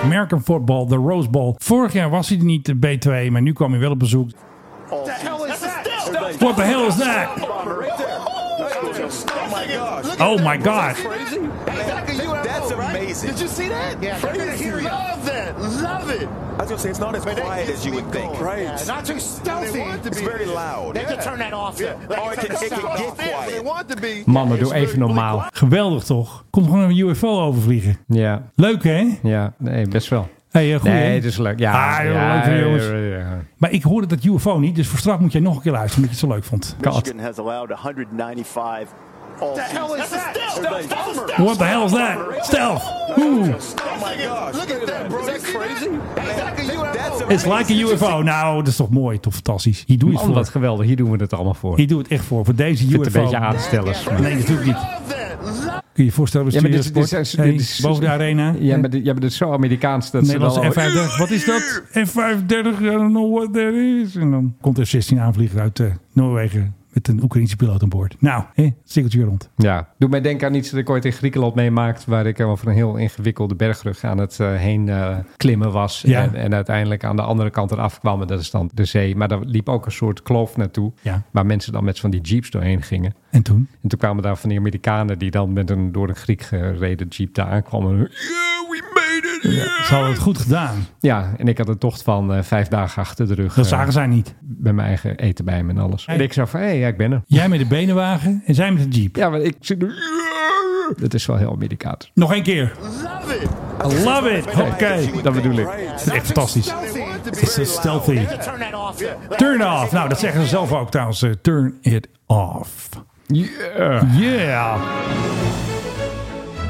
S6: American football, de Rose Bowl. Vorig jaar was hij er niet, de B2, maar nu kwam hij wel op bezoek.
S2: What the hell is that?
S6: What the hell is that?
S2: Bomber right there. Oh my god.
S6: Oh my god.
S2: Crazy? That's amazing. Did you see that? Yeah, crazy. Love that. Love it. I was gonna say it's not as quiet as you would think. Right. not too stealthy. It's very loud. They can turn that off. Yeah. Or it can, it can get quiet.
S9: Mannen, doe even normaal.
S6: Geweldig toch? Komt gewoon een UFO overvliegen.
S9: Ja,
S6: Leuk hè?
S9: ja, nee, best wel.
S6: Hey, eh, goed,
S9: nee,
S6: hè?
S9: het is leuk. Ja,
S6: Ah, joh,
S9: ja,
S6: leuk, hè, jongens.
S9: ja, ja, ja.
S6: Maar ik hoorde dat UFO niet, dus voor straf moet jij nog een keer luisteren omdat je het zo leuk vond.
S13: Michigan has allowed 195 all
S2: What the hell is that?
S6: What the hell is that? Stealth! Oeh,
S2: Oh my god. Look at that, bro. Is that crazy?
S6: it's like a UFO. Nou, dat is toch mooi, toch fantastisch. Hier doe je het
S9: Man, wat
S6: voor.
S9: geweldig. Hier doen we het allemaal voor.
S6: Hier doe je het echt voor, voor deze
S9: Ik
S6: UFO.
S9: vind het een beetje aanstellers. maar-
S6: Nee, natuurlijk niet. Kun je je voorstellen, we
S9: Ja, maar
S6: sturen
S9: dit,
S6: sport.
S9: dit is-
S6: Hey,
S9: dit is-
S6: boven de arena.
S9: Ja, maar dit, ja, maar dit is zo Amerikaans dat ze dan...
S6: Nederlandse
S9: al-
S6: F35. Wat is dat? F35, I don't know what that is. En dan komt F16 aanvliegen uit eh, Noorwegen met een Oekraïense piloot aan boord. Nou, hè, cirkeltje weer rond.
S9: Ja, doet mij denken aan iets dat ik ooit in Griekenland meemaakt, waar ik over een heel ingewikkelde bergrug aan het eh, heen eh, klimmen was.
S6: Ja.
S9: En, en uiteindelijk aan de andere kant eraf kwam, en dat is dan de zee. Maar daar liep ook een soort kloof naartoe,
S6: Ja.
S9: waar mensen dan met van die jeeps doorheen gingen.
S6: En toen?
S9: En toen kwamen daar van die Amerikanen die dan met een door een Griek gereden jeep daar aankwamen. Yeah, we made it!
S6: Ze hadden het goed gedaan.
S9: Ja, en ik had een tocht van eh, vijf dagen achter de rug.
S6: Dat
S9: eh,
S6: zagen zij niet.
S9: Bij mijn eigen eten bij me en alles. En ik zei van, hé, ja, ik ben er.
S6: Jij met de benenwagen en zij met de jeep.
S9: Ja, maar ik zit nu... Dat is wel heel Amerikaans.
S6: Nog één keer.
S2: I
S6: love it. Oké.
S9: Dat bedoel ik.
S6: Het is echt fantastisch. Het is eh, stealthy.
S2: Turn that off.
S6: Turn off. Nou, dat zeggen ze zelf ook trouwens. eh, Turn it off. Yeah.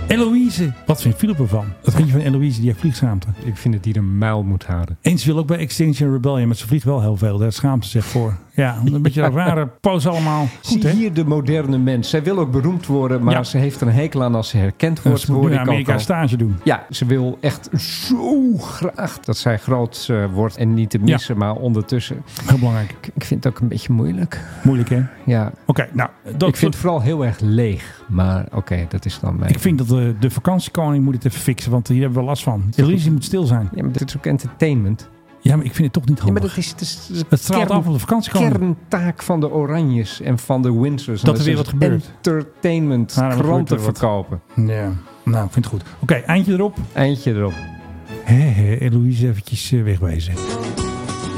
S6: Eloise. Wat vindt Philip ervan? Dat vriendje van Eloise, die heeft vliegschaamte.
S9: Ik vind dat die een muil moet houden.
S6: Eens wil ook bij Extinction Rebellion, maar ze vliegt wel heel veel. Daar schaamt ze zich voor. Ja, een beetje een rare pose allemaal.
S9: Zie hier de moderne mens. Zij wil ook beroemd worden, maar
S6: Ja.
S9: ze heeft er een hekel aan als ze herkend
S6: Ja,
S9: wordt.
S6: ze moet
S9: hoorde
S6: nu
S9: ik
S6: in
S9: ook
S6: Amerika
S9: al.
S6: stage doen.
S9: Ja, ze wil echt zo graag dat zij groot eh, wordt en niet te missen, maar ondertussen.
S6: Heel belangrijk.
S9: Ik, ik vind het ook een beetje moeilijk.
S6: Moeilijk, hè?
S9: Ja. Oké,
S6: nou.
S9: ik vind het vooral heel erg leeg, maar oké, dat is dan mijn...
S6: Ik vind dat eh, de, de vakantiekoning moet het even fixen, want hier hebben we last van. Eloise moet stil zijn.
S9: Ja, maar dit is ook entertainment.
S6: Ja, maar ik vind het toch niet handig.
S9: maar dat is, dat is- dat is
S6: Het straalt af op de vakantiekoning.
S9: kerntaak van de Oranjes en van de Windsors. En
S6: Dat er weer
S9: is
S6: wat gebeurt.
S9: Entertainment,
S6: Ja, dat er
S9: kranten
S6: gebeurt er
S9: verkopen.
S6: Ja, nou, ik vind het goed. Oké, eindje erop.
S9: Eindje erop.
S6: Hé, hé, Eloise eventjes eh, wegwezen.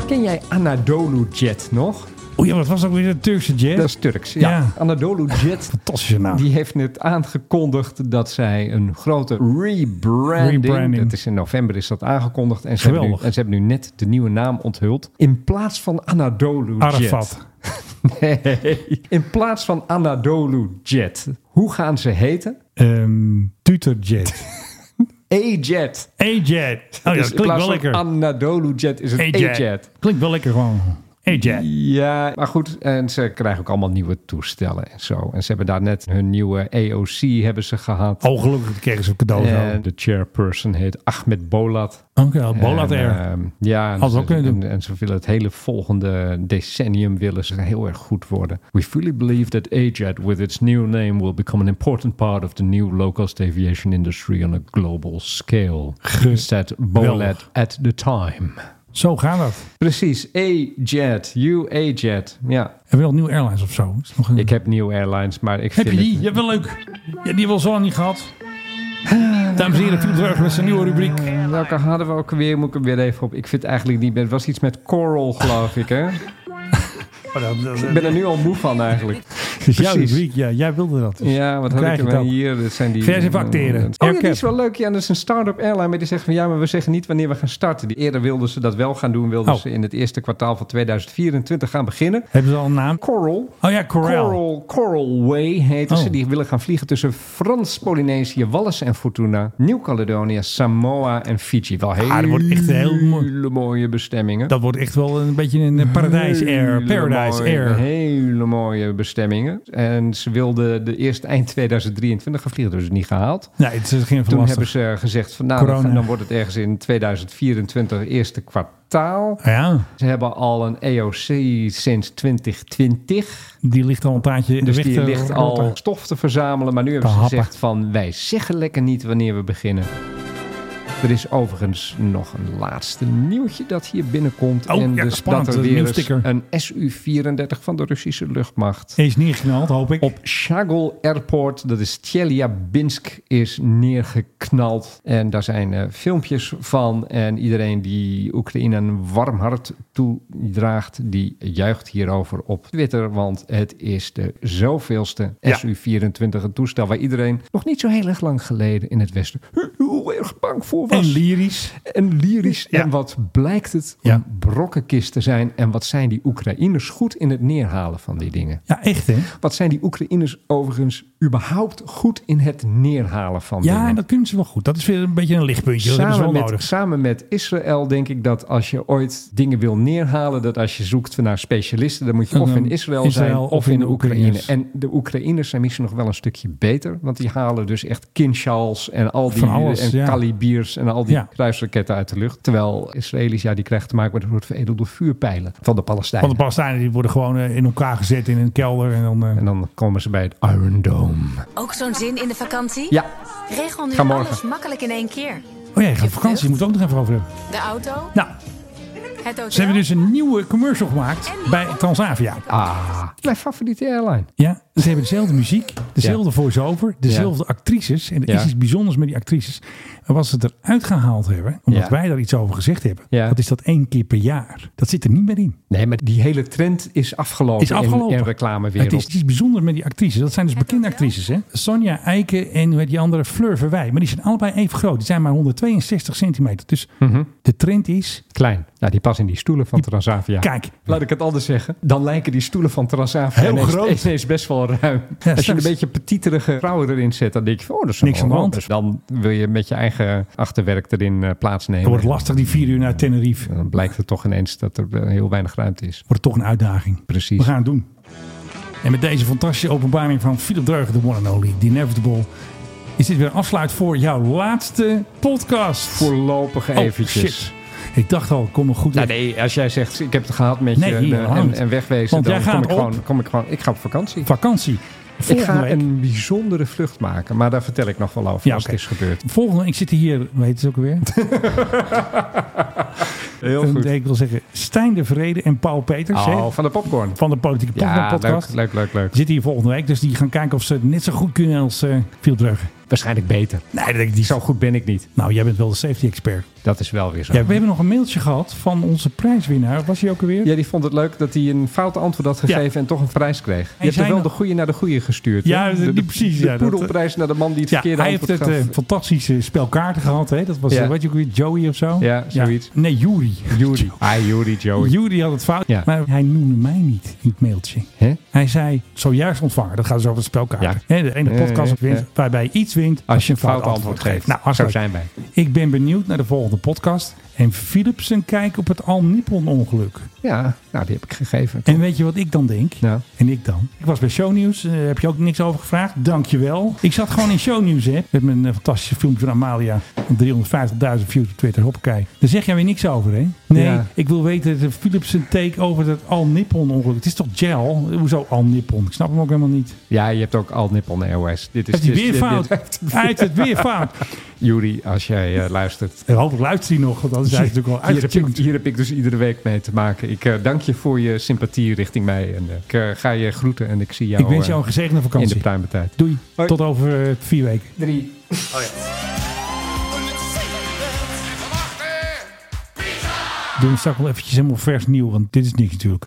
S9: Ken jij Anadolu Jet nog?
S6: O ja, wat was ook weer een Turkse jet?
S9: Dat is Turks, ja.
S6: Ja.
S9: Anadolu Jet.
S6: Fantastische naam.
S9: Die heeft net aangekondigd dat zij een grote rebranding...
S6: Rebranding.
S9: Dat is in november is dat aangekondigd. En ze,
S6: Geweldig.
S9: hebben nu, en ze hebben nu net de nieuwe naam onthuld. In plaats van Anadolu Jet.
S6: Arafat.
S9: Nee. In plaats van Anadolu Jet. Hoe gaan ze heten?
S6: Ehm Tutorjet.
S9: A-Jet.
S6: A-Jet. Oh ja, dat
S9: Dus in
S6: klinkt
S9: plaats
S6: wel
S9: van
S6: lekker.
S9: Anadolu Jet is het
S6: A-Jet.
S9: A-Jet.
S6: Klinkt wel lekker gewoon. A-Jet.
S9: Ja, maar goed. En ze krijgen ook allemaal nieuwe toestellen en zo. En ze hebben daar net hun nieuwe AOC hebben ze gehad.
S6: Oh, gelukkig kregen ze een cadeau. zo.
S9: En Eh, de chairperson heet Ahmed Bolat.
S6: Oké, okay, Bolat
S9: En,
S6: Air.
S9: ehm, ja, en
S6: Hadden we ook
S9: ze,
S6: kunnen doen.
S9: en, en ze willen het hele volgende decennium willen ze heel erg goed worden. We fully believe that AJet with its new name will become an important part of the new low-cost aviation industry on a global scale. Said Bolat at the time.
S6: Zo gaat dat.
S9: Precies, A-Jet, you A-Jet. Ja,
S6: Hebben we wel nieuwe airlines of zo? Is het nog een...
S9: ik heb New Airlines, maar ik
S6: Heb
S9: vind
S6: je die?
S9: het-
S6: Ja, wel leuk. Ja, die hebben we al zo lang niet gehad. Dames en heren, Philip Dreugen met zijn nieuwe rubriek.
S9: Welke hadden we ook weer? Moet ik hem weer even op. Ik vind het eigenlijk niet meer. Het was iets met Coral, geloof ik,
S6: [laughs]
S9: hè?
S6: Oh,
S9: Ik ben er nu al moe van eigenlijk.
S6: is jouw rubriek, ja. Jij wilde dat. Dus
S9: Ja,
S6: dan
S9: wat had
S6: krijg
S9: ik
S6: je
S9: er
S6: het
S9: dan
S6: ook.
S9: hier? Dat zijn die.
S6: Ga jij eens even acteren?
S9: Oh ja,
S6: Aircap.
S9: die is wel leuk. Ja, dat is een start-up airline. Maar die zegt van ja, maar we zeggen niet wanneer we gaan starten. Die eerder wilden ze dat wel gaan doen. Wilden
S6: Oh.
S9: ze in het eerste kwartaal van 2024 gaan beginnen.
S6: Hebben ze al een naam?
S9: Coral.
S6: Oh ja, Corel.
S9: Coral, Coral Way heten
S6: Oh.
S9: ze. Die willen gaan vliegen tussen Frans, Polynesië, Wallis en Futuna, Nieuw-Caledonië, Samoa en Fiji. Wel hele
S6: Ah, dat wordt echt heel mooi.
S9: mooie bestemmingen.
S6: Dat wordt echt wel een beetje een eh, paradijs air.
S9: Hele
S6: Paradise
S9: mooie-
S6: air.
S9: Hele mooie bestemmingen. En ze wilden de eerste eind 2023 gaan vliegen, dus het niet gehaald.
S6: Nee, het is geen
S9: Toen
S6: verlasting.
S9: hebben ze gezegd van nou,
S6: Corona.
S9: dan, dan wordt het ergens in 2024 eerste kwartaal.
S6: Ah Ja,
S9: Ze hebben al een EOC sinds 2020.
S6: die ligt al een taartje in
S9: Dus
S6: de eh,
S9: die
S6: wichten.
S9: ligt al stof te verzamelen. Maar nu hebben
S6: Te
S9: ze
S6: happen.
S9: gezegd van wij zeggen lekker niet wanneer we beginnen. Er is overigens nog een laatste nieuwtje dat hier binnenkomt.
S6: Oh,
S9: en
S6: ja,
S9: dus
S6: spannend,
S9: dat er
S6: een
S9: weer eens
S6: nieuwsticker.
S9: een SU-34 van de Russische luchtmacht
S6: Is neergeknald, hoop ik.
S9: op Shagol Airport, dat is Tjeliabinsk, is neergeknald. En daar zijn eh, filmpjes van. En iedereen die Oekraïne een warm hart toedraagt, die juicht hierover op Twitter. Want het is de zoveelste
S6: Ja.
S9: SU-24, een toestel waar iedereen nog niet zo heel erg lang geleden in het Westen heel erg bang voor was.
S6: En lyrisch.
S9: En lyrisch.
S6: Ja.
S9: En wat blijkt het
S6: Ja.
S9: een brokkenkist te zijn. En wat zijn die Oekraïners goed in het neerhalen van die dingen.
S6: Ja, echt hè?
S9: Wat zijn die Oekraïners overigens überhaupt goed in het neerhalen van
S6: Ja, en
S9: dingen?
S6: dat kunnen ze wel goed. Dat is weer een beetje een lichtpuntje. Dat hebben ze
S9: Samen
S6: wel
S9: met,
S6: nodig.
S9: samen met Israël denk ik dat als je ooit dingen wil neerhalen, dat als je zoekt naar specialisten, dan moet je
S6: En
S9: of
S6: dan
S9: in Israël,
S6: Israël
S9: zijn
S6: of
S9: of,
S6: in
S9: in,
S6: de
S9: de Oekraïne.
S6: Oekraïners.
S9: En de Oekraïners zijn misschien nog wel een stukje beter, want die halen dus echt kinshals en al die
S6: Van alles,
S9: en
S6: ja.
S9: kalibiers en al die
S6: Ja.
S9: kruisraketten uit de lucht. Terwijl Israëli's, ja, die krijgen te maken met een soort veredelde vuurpijlen van de Palestijnen.
S6: Want de Palestijnen die worden gewoon eh, in elkaar gezet in een kelder. En dan, eh,
S9: En dan komen ze bij het Iron Dome.
S12: Ook zo'n zin in de vakantie?
S9: Ja,
S12: Regel nu
S9: Ga morgen.
S12: alles makkelijk in één keer.
S6: Oh ja, je gaat op vakantie. Je moet het ook nog even over hebben.
S12: De auto,
S6: Nou,
S12: Het hotel.
S6: Ze hebben dus een nieuwe commercial gemaakt bij Transavia.
S9: Ah, mijn favoriete airline.
S6: Ja, ze hebben dezelfde muziek, dezelfde voice-over, dezelfde actrices. En er
S9: Ja.
S6: is iets bijzonders met die actrices. En wat ze eruit gehaald hebben, omdat
S9: Ja.
S6: wij daar iets over gezegd hebben,
S9: Ja.
S6: dat is dat één keer per jaar. Dat zit er niet meer in.
S9: Nee, maar die hele trend is afgelopen,
S6: Is afgelopen.
S9: in, in reclamewereld.
S6: Het is, het is bijzonder met die actrices. Dat zijn dus bekende actrices. Hè? Sonja Eiken en hoe heet die andere Fleur Verwij. Maar die zijn allebei even groot. Die zijn maar 162 centimeter. Dus
S9: Mhm.
S6: de trend is...
S9: Klein. Nou, die passen in die stoelen van Transavia.
S6: Kijk.
S9: Laat ik het anders zeggen. Dan lijken die stoelen van Transavia
S6: Heel
S9: ineens,
S6: groot.
S9: ineens best wel ruim. Als je een
S6: straks.
S9: beetje petiterige vrouwen erin zet, dan denk je van, oh, dat is
S6: Niks
S9: wel
S6: aan de
S9: wat.
S6: hand.
S9: Dus dan wil je met je eigen achterwerk erin eh, plaatsnemen.
S6: Het wordt lastig die vier uur naar Tenerife.
S9: Dan blijkt er toch ineens dat er eh, heel weinig ruimte is.
S6: Wordt toch een uitdaging.
S9: Precies.
S6: We gaan het doen. En met deze fantastische openbaring van Philip Dreugen, de one and only, The Inevitable... is dit weer een afsluit voor jouw laatste podcast.
S9: Voorlopig
S6: Oh,
S9: eventjes.
S6: shit. Ik dacht al, kom er goed
S9: Nou
S6: uit.
S9: nee, als jij zegt ik heb het gehad met
S6: Nee,
S9: je
S6: hier,
S9: eh, en,
S6: hand.
S9: en wegwezen,
S6: Want
S9: dan
S6: jij
S9: kom
S6: gaat
S9: ik,
S6: op.
S9: gewoon, kom ik gewoon. Ik ga op vakantie.
S6: Vakantie.
S9: Ik
S6: Volgende
S9: ga
S6: week.
S9: een bijzondere vlucht maken, maar daar vertel ik nog wel over
S6: Ja,
S9: als
S6: oké.
S9: het is gebeurd.
S6: Volgende, ik zit hier, weet het ook alweer? Een-
S9: Heel Oh, goed.
S6: Ik wil zeggen, Stijn de Vrede en Paul Peters.
S9: Oh,
S6: hè,
S9: van de popcorn.
S6: van de Politieke Popcorn
S9: Ja, leuk,
S6: Podcast.
S9: leuk, leuk, leuk.
S6: Die zitten hier volgende week, dus die gaan kijken of ze het net zo goed kunnen als eh Phil Dreugen.
S9: Waarschijnlijk beter.
S6: Nee, dat denk ik niet.
S9: Zo goed ben ik niet.
S6: Nou, jij bent wel de safety expert.
S9: Dat is wel weer zo.
S6: Ja, we hebben nog een mailtje gehad van onze prijswinnaar. Was hij ook alweer?
S9: Ja, die vond het leuk dat hij een fout antwoord had gegeven en toch een prijs kreeg. Je hebt er
S6: zei
S9: wel
S6: nog-
S9: de goede naar de goede gestuurd.
S6: Ja,
S9: hè?
S6: dat- die- precies,
S9: De
S6: ja, dat-
S9: poedelprijs naar de man die het
S6: Ja,
S9: verkeerde
S6: hij heeft
S9: antwoord
S6: het
S9: gaf.
S6: eh, fantastische spel kaarten gehad. Hè? Dat was,
S9: Ja.
S6: eh, weet je ook weer, Joey of zo?
S9: Ja, zoiets.
S6: Nee, Juri.
S9: Jury. Ah, Jury, Joey.
S6: [laughs] Jury had het fout,
S9: Ja.
S6: maar hij noemde mij niet in het mailtje.
S9: Hè?
S6: Hij zei, zojuist ontvangen. Dat gaat dus over het spelkaart.
S9: Ja.
S6: Hè, De ene
S9: Ja,
S6: podcast
S9: ja,
S6: wint,
S9: ja.
S6: waarbij je iets wint als, je een fout antwoord, geeft. Nou,
S9: zo
S6: hartstikke
S9: zijn wij.
S6: Ik ben benieuwd naar de volgende podcast. En Philips een kijk op het Al-Nippon-ongeluk.
S9: Ja, nou, die heb ik gegeven.
S6: En weet je wat ik dan denk?
S9: Nou.
S6: En ik dan? Ik was bij Shownieuws. eh, heb je ook niks over gevraagd? Dankjewel. Ik zat gewoon in Shownieuws, hè. Met mijn eh, fantastische filmpje van Amalia. 350.000 views op Twitter. Hoppakee. Daar zeg jij weer niks over, hè? Nee,
S9: Ja.
S6: ik wil weten de Philips een take over dat Al-Nippon-ongeluk. Het is toch gel? Hoezo Al-Nippon? Ik snap hem ook helemaal niet.
S9: Ja, je hebt ook al Nippon Airways. Dit is dus-
S6: Heeft hij
S9: dit-
S6: weer
S9: dit-
S6: fout?
S9: dit-
S6: Hij heeft het weer fout.
S9: Jury, als jij eh, luistert.
S6: En hopelijk luistert hij nog, want anders is hij natuurlijk al
S9: Hier heb, ik,
S6: uitgetuned.
S9: hier heb ik dus iedere week mee te maken. Ik eh, dank je voor je sympathie richting mij. En, eh, ik eh, ga je groeten en ik zie jou,
S6: Ik wens jou
S9: eh,
S6: een gezegende
S9: in de
S6: vakantie.
S9: pruimentijd.
S6: Doei.
S9: Hoi.
S6: Tot over eh, vier weken.
S9: Drie.
S6: Doe hem straks wel eventjes helemaal vers nieuw, want dit is niks natuurlijk.